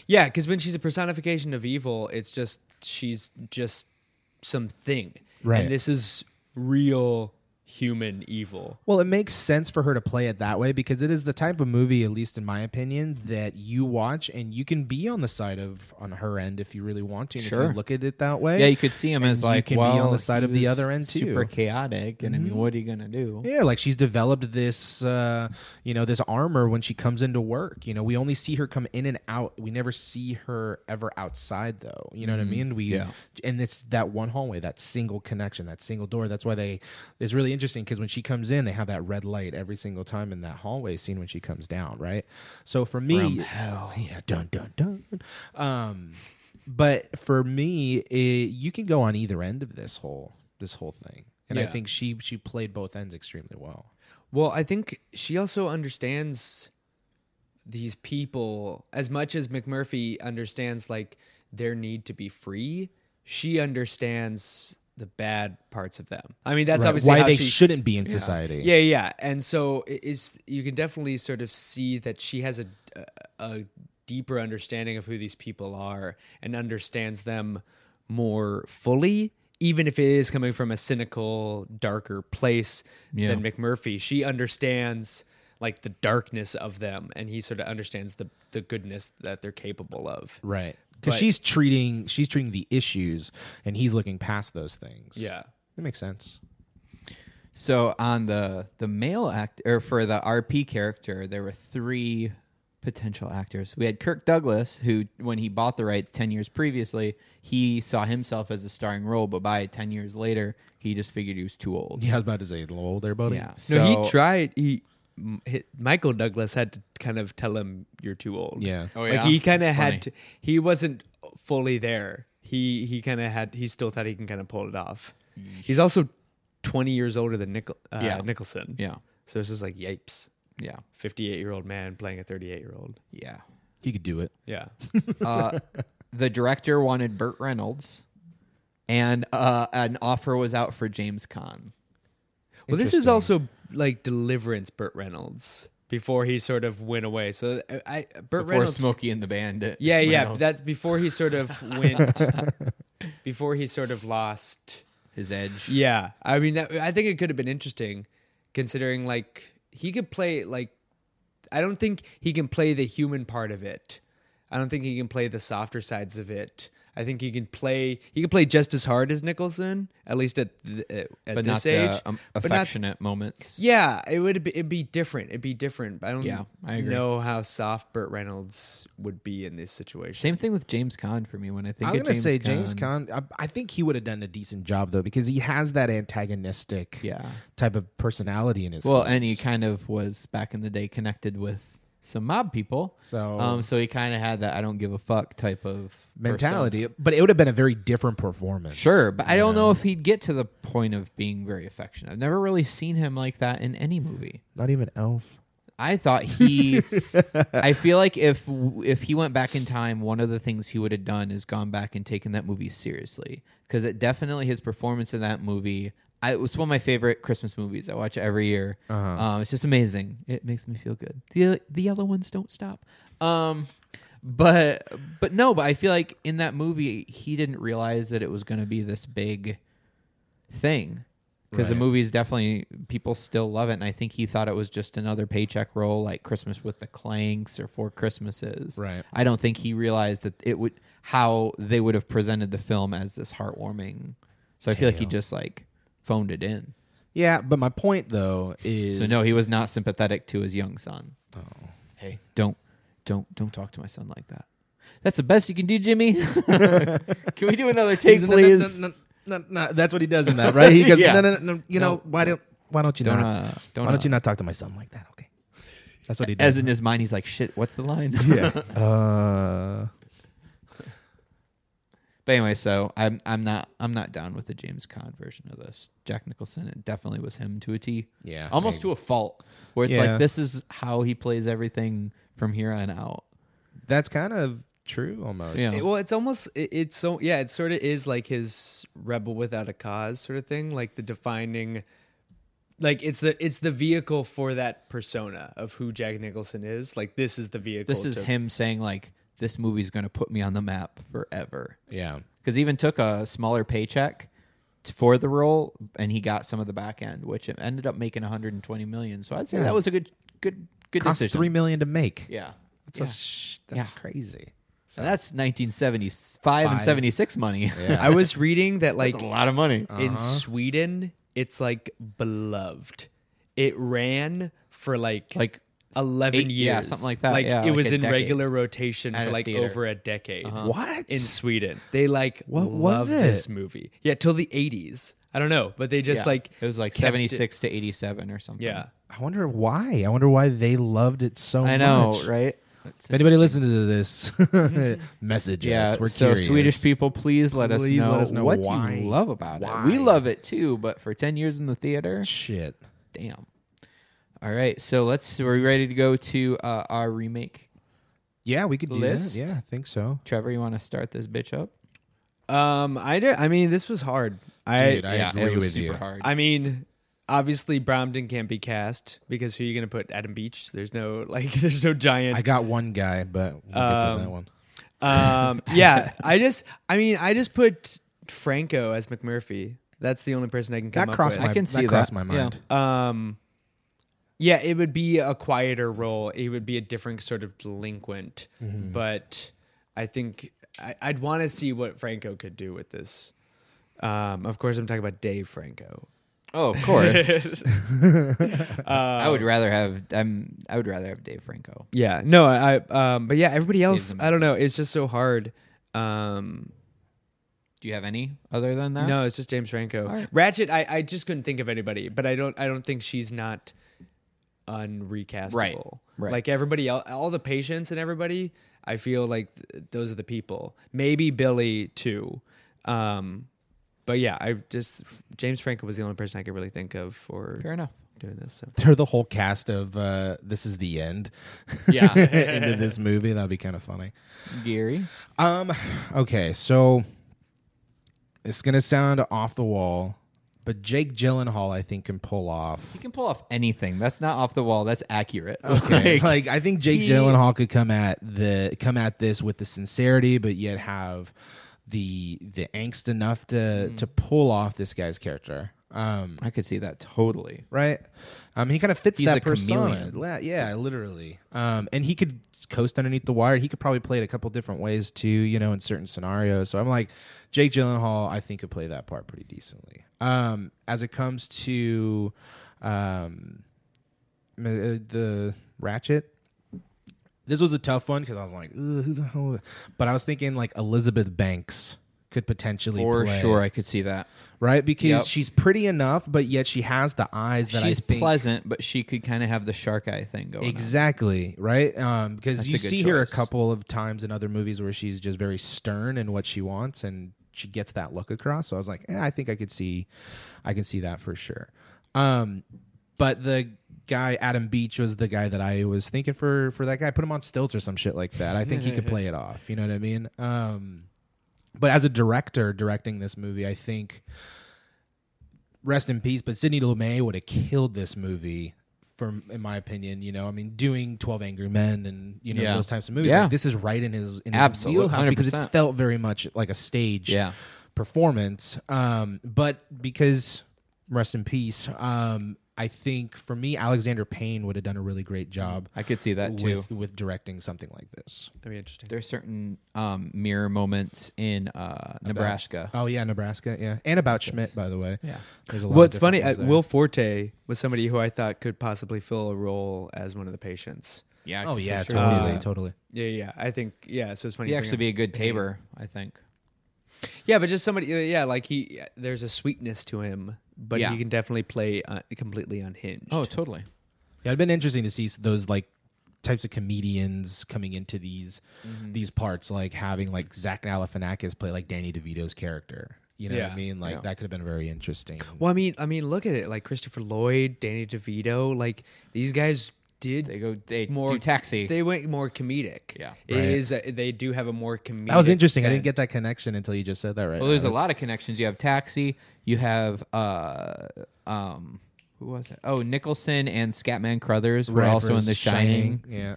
Yeah, because when she's a personification of evil, it's just she's just something. Right. And this is real human evil. Well, it makes sense for her to play it that way because it is the type of movie, at least in my opinion, that you watch and you can be on the side of on her end if you really want to. And If Sure. you look at it that way. Yeah, you could see him And as you like can be well, on the side he of the was other end, too. Mm-hmm. Super chaotic, and I mean, what are you gonna do? Yeah, like she's developed this, uh, you know, this armor when she comes into work. You know, we only see her come in and out. We never see her ever outside, though. You know what I mean? We, Yeah. and it's that one hallway, that single connection, that single door. That's why they. It's really interesting because when she comes in, they have that red light every single time in that hallway scene when she comes down, right? So for me, yeah, dun dun dun. Um, but for me, it, you can go on either end of this whole this whole thing. And I Yeah. think she she played both ends extremely well. Well, I think she also understands these people as much as McMurphy understands like their need to be free. She understands the bad parts of them. I mean, that's Right, obviously why how they she- shouldn't be in society. Yeah, yeah. And so it is you can definitely sort of see that she has a a deeper understanding of who these people are and understands them more fully even if it is coming from a cynical darker place than McMurphy. She understands like the darkness of them and he sort of understands the the goodness that they're capable of. right. Because But- she's treating she's treating the issues, and he's looking past those things. Yeah. that makes sense. So on the the male act or for the RP character, there were three potential actors. We had Kirk Douglas, who when he bought the rights ten years previously, he saw himself as a starring role, but by ten years later, he just figured he was too old. Yeah, I was about to say, "Lol, there, buddy." Yeah. no, so- he tried. He, m- hi- Michael Douglas had to kind of tell him you're too old. Yeah. Oh, Like yeah? he kind of That's had funny. to. He wasn't fully there. He he kind of had. He still thought he can kind of pull it off. He's also 20 years older than Nicol, uh, Mm. Yeah. Nicholson. Yeah. So it's just like yipes. Yeah. 58 year old man playing a 38 year old. Yeah. he could do it. [laughs] Yeah. Uh, the director wanted Burt Reynolds, and uh, an offer was out for James Caan. Well, this is Interesting. also like Deliverance Burt Reynolds before he sort of went away. So uh, I Burt Before Reynolds Smokey and the Bandit. Yeah, yeah. Reynolds, That's before he sort of [laughs] went. before he sort of lost. his edge. Yeah, I mean, that, I think it could have been interesting, considering like he could play like. I don't think he can play the human part of it. I don't think he can play the softer sides of it. I think he can play. He can play just as hard as Nicholson, at least at th- at But not this the age. um, but not- affectionate moments. yeah, it would be, it'd be different. It'd be different. But I don't Yeah, I agree. know how soft Burt Reynolds would be in this situation. Same thing with James Caan for me when I think I was of gonna James say Caan, James Con. I, I think he would have done a decent job though, because he has that antagonistic Yeah. type of personality in his. Well, films. and he kind of was back in the day connected with some mob people. So- um, so he kind of had that I don't give a fuck type of mentality, but it would have been a very different performance. persona. Sure, but I don't know if he'd get to the point of being very affectionate. I've never really seen him like that in any movie. not even Elf. I thought he. I feel like if if he went back in time, one of the things he would have done is gone back and taken that movie seriously because it definitely his performance in that movie. I, it was one of my favorite Christmas movies. I watch it every year. Um, it's just amazing. It makes me feel good. the The yellow ones don't stop. Um, but but no, but I feel like in that movie he didn't realize that it was going to be this big thing because the Right. movie is definitely people still love it and i think he thought it was just another paycheck role like christmas with the clanks or four christmases Right. i don't think he realized that it would how they would have presented the film as this heartwarming so i feel like he just like phoned it in Yeah, but my point though is so no he was not sympathetic to his young son oh hey don't don't don't talk to my son like that that's the best you can do jimmy [laughs] can we do another take He's- no, no, please no, no, no, no, no. that's what he does in that, right? [laughs] He goes, Yeah. no, no, no, no, you know, why don't why don't you Don't, not uh, don't, why don't uh, you not talk to my son like that? Okay, that's what he does. as in his mind Uh, he's like shit what's the line yeah. Uh, But anyway, so I'm I'm not I'm not down with the James Caan version of this. Jack Nicholson, it definitely was him to a T. Yeah, almost to a fault, where it's Yeah. like this is how he plays everything from here on out. That's kind of true almost. Yeah. It- well, it's almost it, it's so yeah. It sort of is like his rebel without a cause sort of thing, like the defining, like it's the it's the vehicle for that persona of who Jack Nicholson is. Like this is the vehicle. This is to- him saying like this movie's going to put me on the map forever. Yeah. Because even took a smaller paycheck t- for the role, and he got some of the back end, which it ended up making 120 million. So I'd say that was a good good good Cost decision. three million to make. yeah. That's, a sh- that's crazy. So that's 1975 and 76 money. I was [laughs] reading that like a lot of money. in Sweden, it's like beloved. It ran for [laughs] like Like eleven eight- years, yeah, something like that, Like yeah, it like was a in decade. regular rotation At for a like theater. Uh-huh. over a decade. uh, What? in Sweden. They like What what was was this it? movie? Yeah, till the eighties. I don't know, but they just Yeah. like it was like kept it- 76 to 87 or something. Yeah, I wonder why. I wonder why they loved it so I know, much. right? It's If anybody listening to this, [laughs] message Yeah, us. We're so curious. Swedish people, please let Please us know, let us know what why. you love about Why? it. We love it too, but for ten years in the theater, Shit. damn. All right, so let's. Are we ready to go to uh, our remake? Yeah, we could do List? that. Yeah, I think so. Trevor, you want to start this bitch up? um, I do, I mean, this was hard. I Dude, I yeah, agree it was with super you. hard. I mean, obviously Bromden can't be cast because who are you going to put? Adam Beach? There's no like, [laughs] there's no giant. I got one guy, but we'll get to Um, that one. [laughs] Um, yeah, I just, I mean, I just put Franco as McMurphy. That's the only person I can come That up crossed with. my I can that see that. crossed my mind. [laughs] Yeah. Um, yeah, it would be a quieter role. It would be a different sort of delinquent. But I think I, I'd want to see what Franco could do with this. Um, of course, I'm talking about Dave Franco. oh, of [laughs] course. Uh, I would rather have. I'm. I would rather have Dave Franco. Yeah, no, I. I, Um, but yeah, everybody else, Dave's I don't know. It's just so hard. Um, Do you have any other than that? No, it's just James Franco. right. Ratchet, I, I just couldn't think of anybody, but I don't I don't think she's not unrecastable. Right, right. Like everybody else, all the patients and everybody, I feel like th- those are the people. Maybe Billy too. Um but yeah, I just James Franco was the only person I could really think of for Fair [laughs] enough. doing this. So. They're the whole cast of uh, This Is [laughs] the End Yeah, into this movie. That'd be kind of funny. Gary. Um, okay, so it's gonna sound off the wall, but Jake Gyllenhaal, I think, can pull off. You can pull off anything. That's not off the wall. That's accurate. Okay, [laughs] like, I think Jake Gyllenhaal could come at the come at this with the sincerity, but yet have the the angst enough to to pull off this guy's character. Um, I could see that totally. right? Um, he kind of fits He's that a persona. chameleon. La- Yeah, literally. Um, and he could coast underneath the wire. He could probably play it a couple different ways too, you know, in certain scenarios. So I'm like, Jake Gyllenhaal, I think could play that part pretty decently. Um, as it comes to um, m- uh, the Ratchet. This was a tough one because I was like, "Ugh, who the hell? But I was thinking like Elizabeth Banks could potentially For play, sure, I could see that. right? Because Yep. she's pretty enough, but yet she has the eyes that I She's think- pleasant, but she could kind of have the shark eye thing going. on. Exactly right, um, because That's you a good see her a choice. couple of times in other movies where she's just very stern in what she wants, and she gets that look across. So I was like, eh, I think I could see, I can see that for sure. Um, but the guy Adam Beach was the guy that I was thinking for for that guy. Put him on stilts or some shit like that. I think he [laughs] could play it off. You know what I mean? Um, but as a director directing this movie, I think rest in peace, but Sidney Lumet would have killed this movie. From in my opinion, you know, I mean, doing Twelve Angry Men and you know Yeah. those types of movies, Yeah. like, this is right in his in his Absolute- wheelhouse because it 100%. felt very much like a stage Yeah. performance. Um, but because rest in peace, um, I think for me, Alexander Payne would have done a really great job I could see that too. with with directing something like this. That'd be interesting. There's certain um, mirror moments in uh, Nebraska. Oh yeah, Nebraska, yeah, and about Schmidt, by the way. Yeah. there's a lot. Well, of it's funny. different Uh, ones there. Will Forte was somebody who I thought could possibly fill a role as one of the patients. Yeah. I could Oh for yeah, sure. totally, Uh, totally. Yeah, yeah. I think yeah. So it's funny. He'd you bring actually up- be a good Tabor, I think. Yeah, but just somebody. uh, Yeah, like he. There's a sweetness to him, but Yeah. he can definitely play uh, completely unhinged. Oh, totally. Yeah, it'd been interesting to see s- those like types of comedians coming into these Mm-hmm. these parts, like having like Zach Galifianakis play like Danny DeVito's character. You know what Yeah. I mean? Like Yeah. that could have been very interesting. Well, I mean, I mean, look at it. Like Christopher Lloyd, Danny DeVito, like these guys did. They go. They More- do taxi. They went more comedic. Yeah. it Right. is. A, they do have a more comedic. that was interesting. I didn't get bent. that connection until you just said that. Right? well, there's a lot of connections. You have taxi. You have uh um who was it? Oh, Nicholson and Scatman Crothers were also in The Shining. Yeah.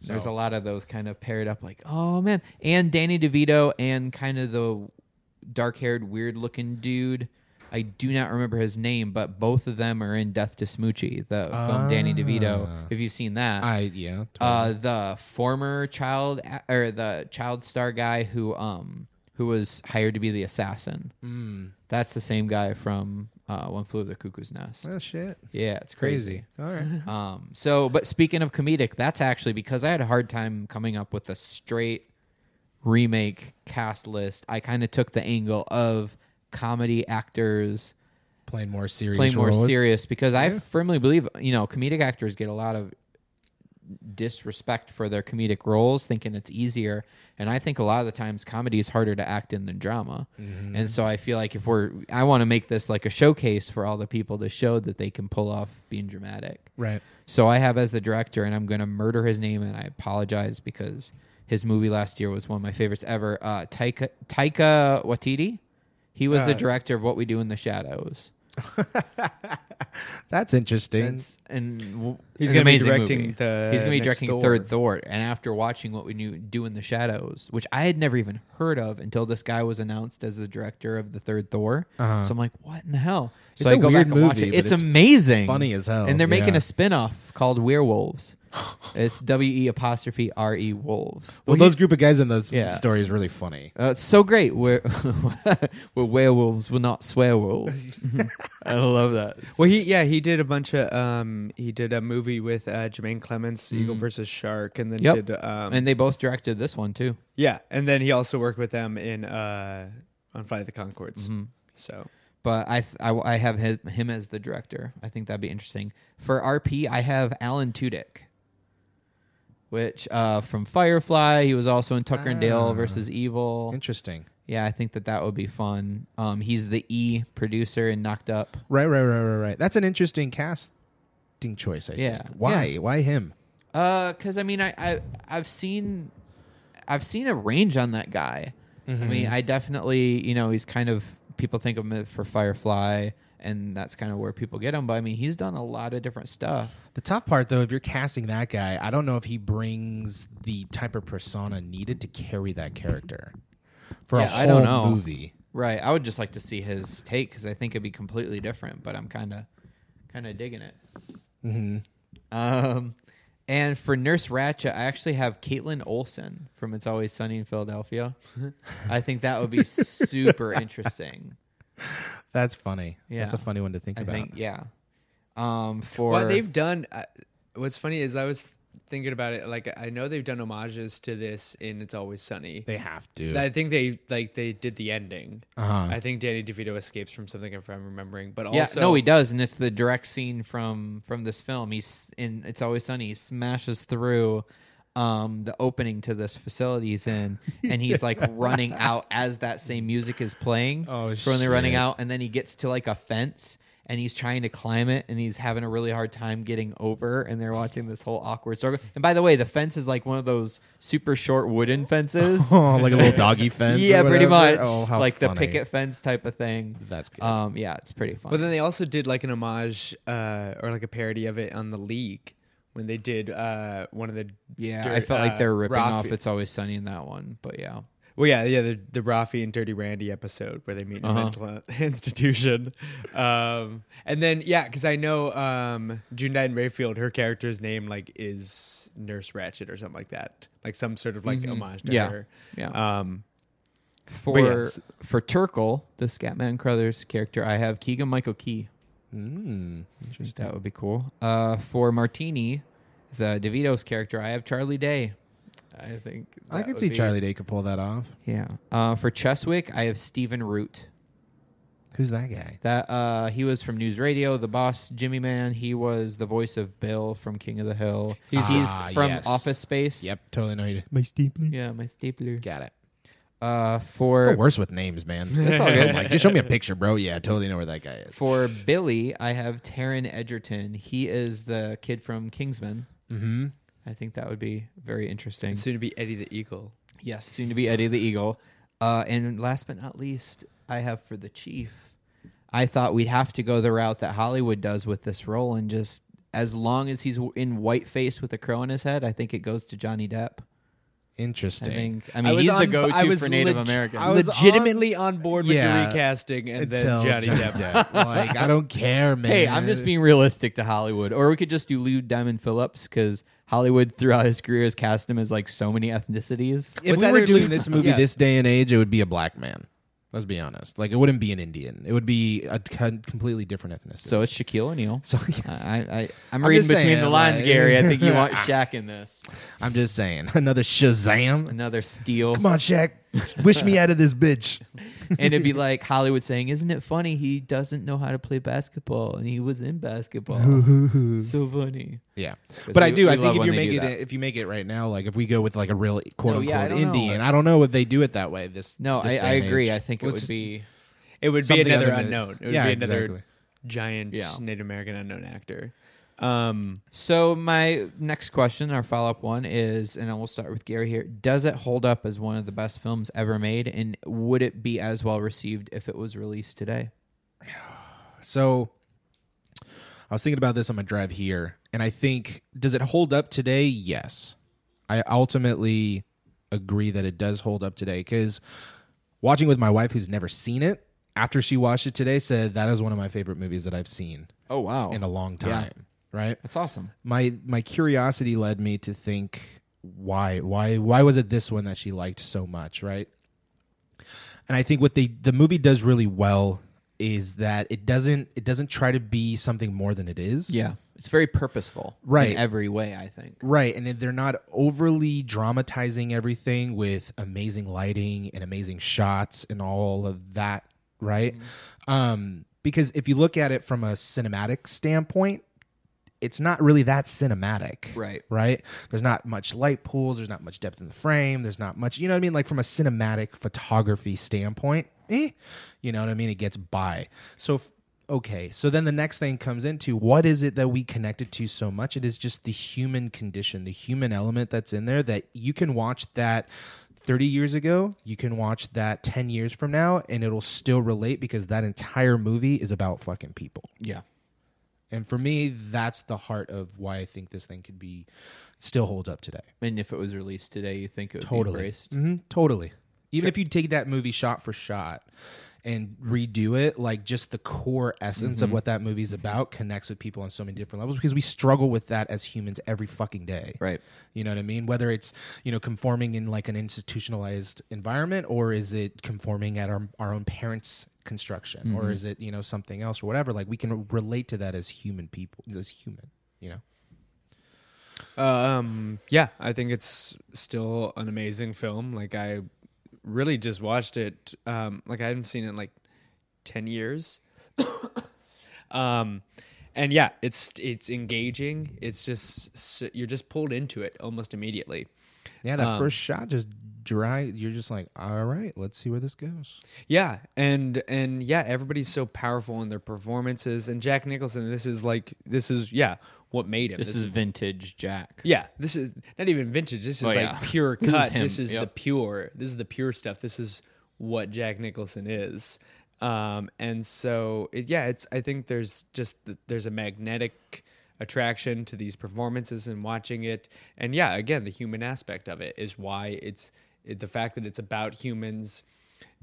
There's So- a lot of those kind of paired up, like oh man, and Danny DeVito and kind of the dark-haired, weird-looking dude. I do not remember his name, but both of them are in Death to Smoochie, the film Danny DeVito. If you've seen that, Ah. I yeah. uh, the former child a- or the child star guy who um who was hired to be the assassin. Hmm. That's the same guy from uh, One Flew Over the Cuckoo's Nest. oh shit. Yeah, it's Crazy. crazy. All [laughs] right. Um, so, but speaking of comedic, that's actually because I had a hard time coming up with a straight remake cast list. I kind of took the angle of comedy actors Playing more serious. playing more roles. serious because I firmly believe you know comedic actors get a lot of disrespect for their comedic roles, thinking it's easier. And I think a lot of the times comedy is harder to act in than drama. And so I feel like if we're, I want to make this like a showcase for all the people to show that they can pull off being dramatic. Right. So I have as the director, and I'm going to murder his name, and I apologize because his movie last year was one of my favorites ever. Uh, Taika Taika Waititi, he was the Uh, director of What We Do in the Shadows. That's interesting. That's and w- He's an gonna be amazing directing movie. the He's gonna be next directing Thor. Third Thor. And after watching what we knew do in the shadows, which I had never even heard of until this guy was announced as the director of the Third Thor. Uh-huh. So I'm like, what in the hell? It's so a I go weird back and watch movie, it. but It's, it's amazing, funny as hell. And they're making Yeah. a spin-off called Werewolves. [laughs] it's W E apostrophe R E Wolves. well, those group of guys in those Yeah. story is really funny. Uh, it's so great. [laughs] We're, we're werewolves. We're not swear [laughs] wolves. I love that. Well, he yeah he did a bunch of um he did a movie with uh, Jermaine Clements, Eagle versus Shark, and then Mm. Yep. did um and they both directed this one too. yeah, and then he also worked with them in uh on Flight of the Concords. Mm-hmm. So but I, th- I I have him, him as the director. I think that'd be interesting. For RP, I have Alan Tudyk, which uh, from Firefly, he was also in Tucker and Dale versus Evil. Interesting. Yeah, I think that that would be fun. Um, he's the E producer in Knocked Up. Right, right, right, right, right. That's an interesting casting choice. I Yeah. think. Why? Yeah. Why him? Uh, cause I mean, I, I I've seen, I've seen a range on that guy. I mean, I definitely, you know, he's kind of people think of him for Firefly, and that's kind of where people get him. But I mean, he's done a lot of different stuff. The tough part, though, if you're casting that guy, I don't know if he brings the type of persona needed to carry that character for a Yeah, whole I don't know. movie. Right. I would just like to see his take because I think it'd be completely different. But I'm kind of, kind of digging it. Mm-hmm. Um, and for Nurse Ratchet, I actually have Caitlin Olsen from It's Always Sunny in [laughs] Philadelphia. I think that would be super interesting. That's funny. Yeah. That's a funny one to think I about. think, yeah. Um, for well, they've done. Uh, what's funny is I was thinking about it. Like I know they've done homages to this in It's Always Sunny. They have to. I think they like they did the ending. Uh-huh. I think Danny DeVito escapes from something if I'm remembering. But yeah, also, no, he does, and it's the direct scene from from this film. He's in It's Always Sunny. He smashes through um the opening to this facility he's [laughs] in, and he's like running out as that same music is playing. Oh, so when they're running shit. out, and then he gets to like a fence. And he's trying to climb it, and he's having a really hard time getting over. And they're watching this whole awkward circle. And by the way, the fence is like one of those super short wooden [laughs] fences. [laughs] oh, like [laughs] a little doggy fence. or yeah, pretty much, whatever? Oh, how like the funny. picket fence type of thing. That's good. Um, yeah, it's pretty fun. But then they also did like an homage uh, or like a parody of it on the League when they did uh, one of the. Yeah, Dirt- I felt like uh, they're ripping off Rafi- "It's Always Sunny" in that one, but yeah, Well, yeah, yeah, the, the Rafi and Dirty Randy episode where they meet in a Uh-huh. mental [laughs] institution, um, and then yeah, because I know um, Jundine Rayfield, her character's name like is Nurse Ratchet or something like that, like some sort of like homage to Mm-hmm. Yeah. her. yeah. Um, Uh, for but yes. for Turkle, the Scatman Crothers character, I have Keegan Michael Key. Mm, interesting. That would be cool. Uh, for Martini, the DeVito's character, I have Charlie Day. I think I that could would see be- Charlie Day could pull that off. Yeah. Uh, for Cheswick, I have Stephen Root. Who's that guy? That uh, he was from News Radio, the boss Jimmy Man. He was the voice of Bill from King of the Hill. He's, Ah, from yes. Office Space. Yep, totally know you. My steeply. Yeah, my stapler. Got it. Uh, for We're worse with names, man. That's all good. Like, just show me a picture, bro. Yeah, I totally know where that guy is. for Billy, I have Taryn Edgerton. He is the kid from Kingsman. Mm-hmm. I think that would be very interesting. Soon to be Eddie the Eagle. Yes, soon to be Eddie the Eagle. Uh, and last but not least, I have for the Chief. I thought we'd have to go the route that Hollywood does with this role, and just as long as he's in white face with a crow on his head, I think it goes to Johnny Depp. I Interesting. think. I mean, he's the go-to for Native Americans. I was legitimately on, board with Yeah. the recasting and then Until Johnny Depp. [laughs] like, I don't care, man. Hey, I'm just being realistic to Hollywood. Or we could just do Lou Diamond Phillips because Hollywood throughout his career has cast him as like so many ethnicities. If What's we were either doing Luke- this movie Yeah. this day and age, it would be a black man. Let's be honest. Like, it wouldn't be an Indian. It would be a con- completely different ethnicity. So it's Shaquille O'Neal. so [laughs] I, I, I'm, I'm reading just between saying, the lines, like- Gary. I think you [laughs] want Shaq in this. I'm just saying, [laughs] another Shazam. Another steal. Come on, Shaq. Wish me out of this bitch. [laughs] and it'd be like Hollywood saying, "Isn't it funny? He doesn't know how to play basketball, and he was in [laughs] basketball. so funny." Yeah, but I we- do. we I love think if when you they make do it, that. if you make it right now, like if we go with like a real quote No, unquote yeah, I don't know. Indian, I don't know if they do it that way. This No, this I, day I and agree. age. I think it Let's would just- be It would be Something another other than- unknown. It would Yeah, be another exactly. giant Yeah. Native American unknown actor. Um, so. My next question, our follow up one, is, and I will start with Gary here. Does it hold up as one of the best films ever made, and would it be as well received if it was released today? So I was thinking about this on my drive here, and I think does it hold up today? Yes. I ultimately agree that it does hold up today because watching with my wife who's never seen it, after she watched it today, said that is one of my favorite movies that I've seen Oh wow, in a long time. Right? that's awesome. my my curiosity led me to think why why why was it this one that she liked so much right and i think what they the movie does really well is that it doesn't it doesn't try to be something more than it is Yeah, it's very purposeful, Right. In every way, I think. Right, and then they're not overly dramatizing everything with amazing lighting and amazing shots and all of that, right? Um, because if you look at it from a cinematic standpoint, it's not really that cinematic. Right. Right? There's not much light pools, there's not much depth in the frame, there's not much, you know what I mean? Like from a cinematic photography standpoint, eh, you know what I mean? It gets by. So, f- okay. So then the next thing comes into what is it that we connected to so much? It is just the human condition, the human element that's in there that you can watch that 30 years ago, you can watch that 10 years from now, and it'll still relate because that entire movie is about fucking people. Yeah, And for me, that's the heart of why I think this thing could be still holds up today. and if it was released today, you think it would be embraced? hmm Totally. Even if you take that movie shot for shot and redo it, like just the core essence of what that movie's about connects with people on so many different levels because we struggle with that as humans every fucking day. Right. You know what I mean? Whether it's, you know, conforming in like an institutionalized environment or is it conforming at our, our own parents' construction or is it, you know, something else or whatever? Like we can relate to that as human people, as human, you know? Um, yeah, I think it's still an amazing film. Like I really just watched it. Um, like I hadn't seen it in like ten years. [coughs] um, and yeah, it's it's engaging. It's just s- you're just pulled into it almost immediately. Yeah, Um, that first shot just dry. You're just like, all right, let's see where this goes. Yeah, and and yeah, everybody's so powerful in their performances. And Jack Nicholson, this is like this is yeah, what made him. This is vintage Jack. Yeah, this is not even vintage. This is Oh, like yeah. pure [laughs] This is cut. This is, him. the Yep. pure. This is the pure stuff. This is what Jack Nicholson is. Um, and so it, yeah, it's. I think there's just th- there's a magnetic attraction to these performances and watching it. And yeah, again, the human aspect of it is why it's it, the fact that it's about humans.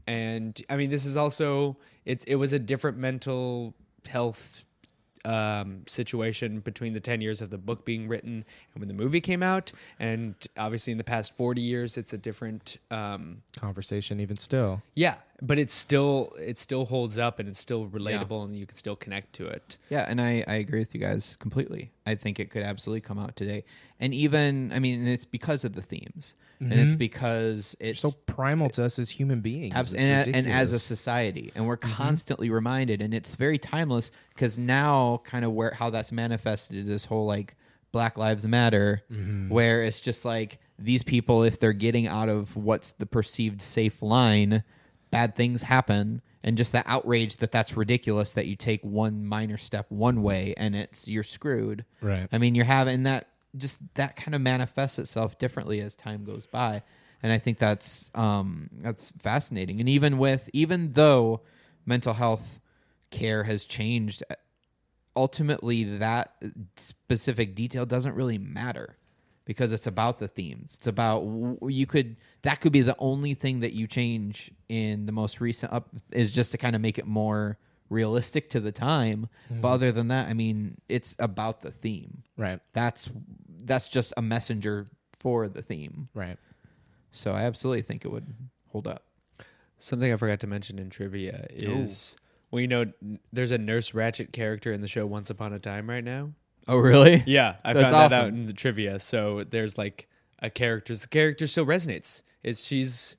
And I mean, this is also it's it was a different mental health um, situation between the 10 years of the book being written and when the movie came out. And obviously, in the past 40 years, it's a different. Um, Conversation, even still. yeah. but it's still it still holds up and it's still relatable and you can still connect to it. Yeah, and I, I agree with you guys completely. I think it could absolutely come out today. And even, I mean, and it's because of the themes. And it's because it's so primal to us as human beings. abs- It's and, and as a ridiculous. Mm-hmm. society. And we're constantly reminded. And it's very timeless because now, kind of where how that's manifested is this whole like Black Lives Matter, Mm-hmm. where it's just like these people, if they're getting out of what's the perceived safe line, bad things happen and just the outrage that that's ridiculous that you take one minor step one way and it's you're screwed Right. i mean you're having that just that kind of manifests itself differently as time goes by and i think that's um that's fascinating and even with even though mental health care has changed ultimately that specific detail doesn't really matter because it's about the themes it's about w- you could that could be the only thing that you change in the most recent up is just to kind of make it more realistic to the time but other than that i mean it's about the theme Mm-hmm. right, that's that's just a messenger for the theme right. so i absolutely think it would hold up Something I forgot to mention in trivia is we know n- there's a Nurse Ratchet character in the show Once Upon a Time right now. oh [laughs] really Yeah, I That's found that out awesome. in the trivia. So there's like a character. The character still resonates. It's she's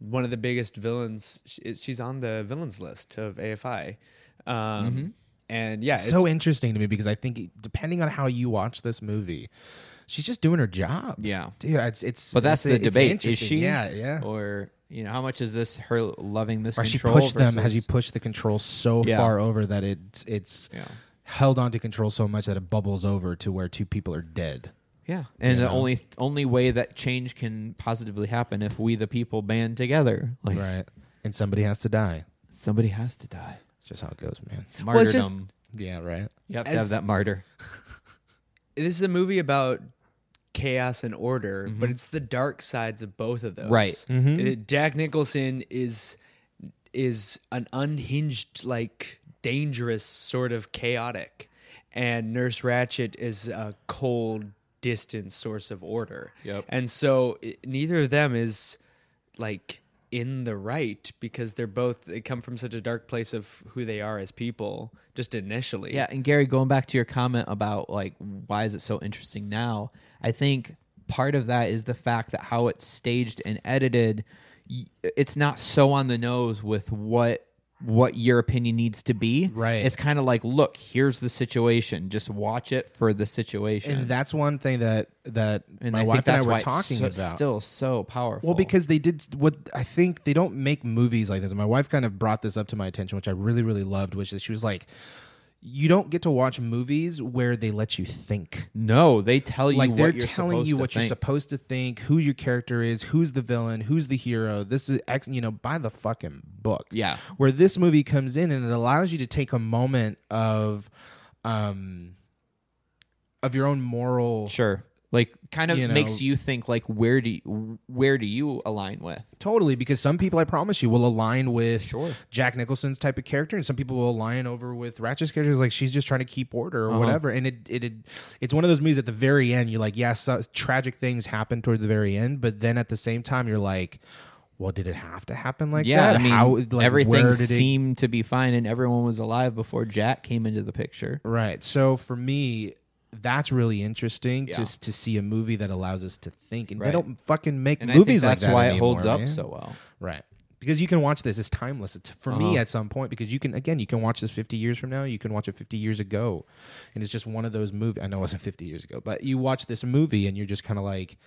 one of the biggest villains. She- it's- She's on the villains list of AFI. Um, Mm-hmm. And yeah, so interesting to me because I think it- depending on how you watch this movie, she's just doing her job. Yeah. dude, it's it's. but that's it's- the it's debate is interesting. she Yeah, yeah. or you know how much is this her loving this Or she control pushed them. versus- Has you pushed the control so Yeah. far over that it it's Yeah. held on to control so much that it bubbles over to where two people are dead. Yeah, and You the know? only only way that change can positively happen if we the people band together. Like Right, and somebody has to die. somebody has to die. It's just how it goes, man. Well, it's Martyrdom. just- Yeah, right. you have to as- have that martyr. this is a movie about chaos and order, but it's the dark sides of both of those. Mm-hmm. Right. Mm-hmm. Uh, Jack Nicholson is is an unhinged, like dangerous sort of chaotic, and Nurse Ratchet is a cold, distant source of order. Yep. And so i neither of them is like in the right because they're both they come from such a dark place of who they are as people just initially. Yeah, and Gary, going back to your comment about like why is it so interesting now? I think part of that is the fact that how it's staged and edited, y- it's not so on the nose with what what your opinion needs to be. Right. It's kind of like, look, here's the situation. Just watch it for the situation. And that's one thing that that and my I wife think and that's I were why talking it's so- about. still so powerful. well, because they did what I think they don't make movies like this. And my wife kind of brought this up to my attention, which I really really loved, which is she was like, "You don't get to watch movies where they let you think." no, they tell you Like what they're you're telling supposed you to what you're think. supposed to think, who your character is, who's the villain, who's the hero. This is ex- you know by the fucking book. Yeah. where this movie comes in and it allows you to take a moment of, um, of your own moral Sure, like kind of You know- makes you think like where do you, where do you align with? Totally, because some people, I promise you, will align with Sure. Jack Nicholson's type of character, and some people will align over with Ratchet's characters. Like she's just trying to keep order or Uh-huh. whatever. And it, it, it, it's one of those movies at the very end. You're like, yes, uh, tragic things happen toward the very end, but then at the same time, you're like, well, did it have to happen like yeah, that? I mean everything where did it seemed to be fine, and everyone was alive before Jack came into the picture. Right. So for me, that's really interesting Yeah. just to see a movie that allows us to think. And they Right. don't fucking make And movies I think that's like that why anymore, it holds up man. so Oh, well. Right. Because you can watch this. It's timeless it's, for me Uh-huh. at some point because you can, again, you can watch this 50 years from now. You can watch it 50 years ago. And it's just one of those movies. I know it wasn't 50 years ago, but you watch this movie and you're just kind of like,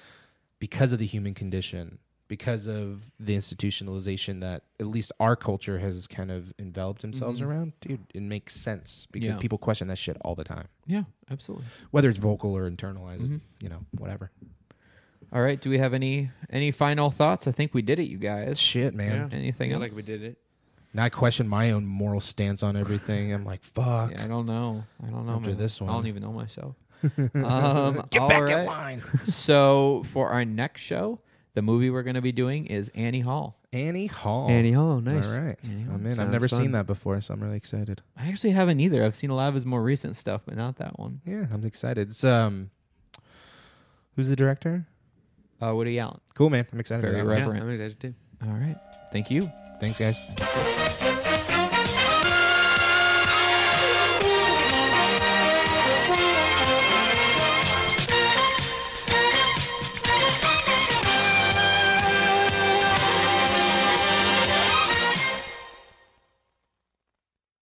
because of the human condition, because of the institutionalization that at least our culture has kind of enveloped themselves around, dude, it makes sense because Mm-hmm. Yeah. people question that shit all the time, Yeah, absolutely. whether it's vocal or internalized, Mm-hmm. you know, whatever. All right, do we have any any final thoughts? I think we did it, you guys. Shit, man. Anything Yeah, else? like we did it. Now I question my own moral stance on everything. I'm like, fuck. Yeah, I don't know. I don't know. After man. this I one. don't even know myself. [laughs] um, Get all back right. in line. so for our next show, the movie we're going to be doing is Annie Hall. [laughs] Annie Hall. Annie Hall, oh, nice. All right. Annie Hall. I'm in. I've Sounds never fun. seen that before, so I'm really excited. I actually haven't either. I've seen a lot of his more recent stuff, but not that one. Yeah, I'm excited. It's um Who's the director? Uh, Woody Allen. Cool man. I'm excited. for Very that right. one. Yeah, Reverend. I'm excited too. All right. Thank you. Thank Thanks, guys.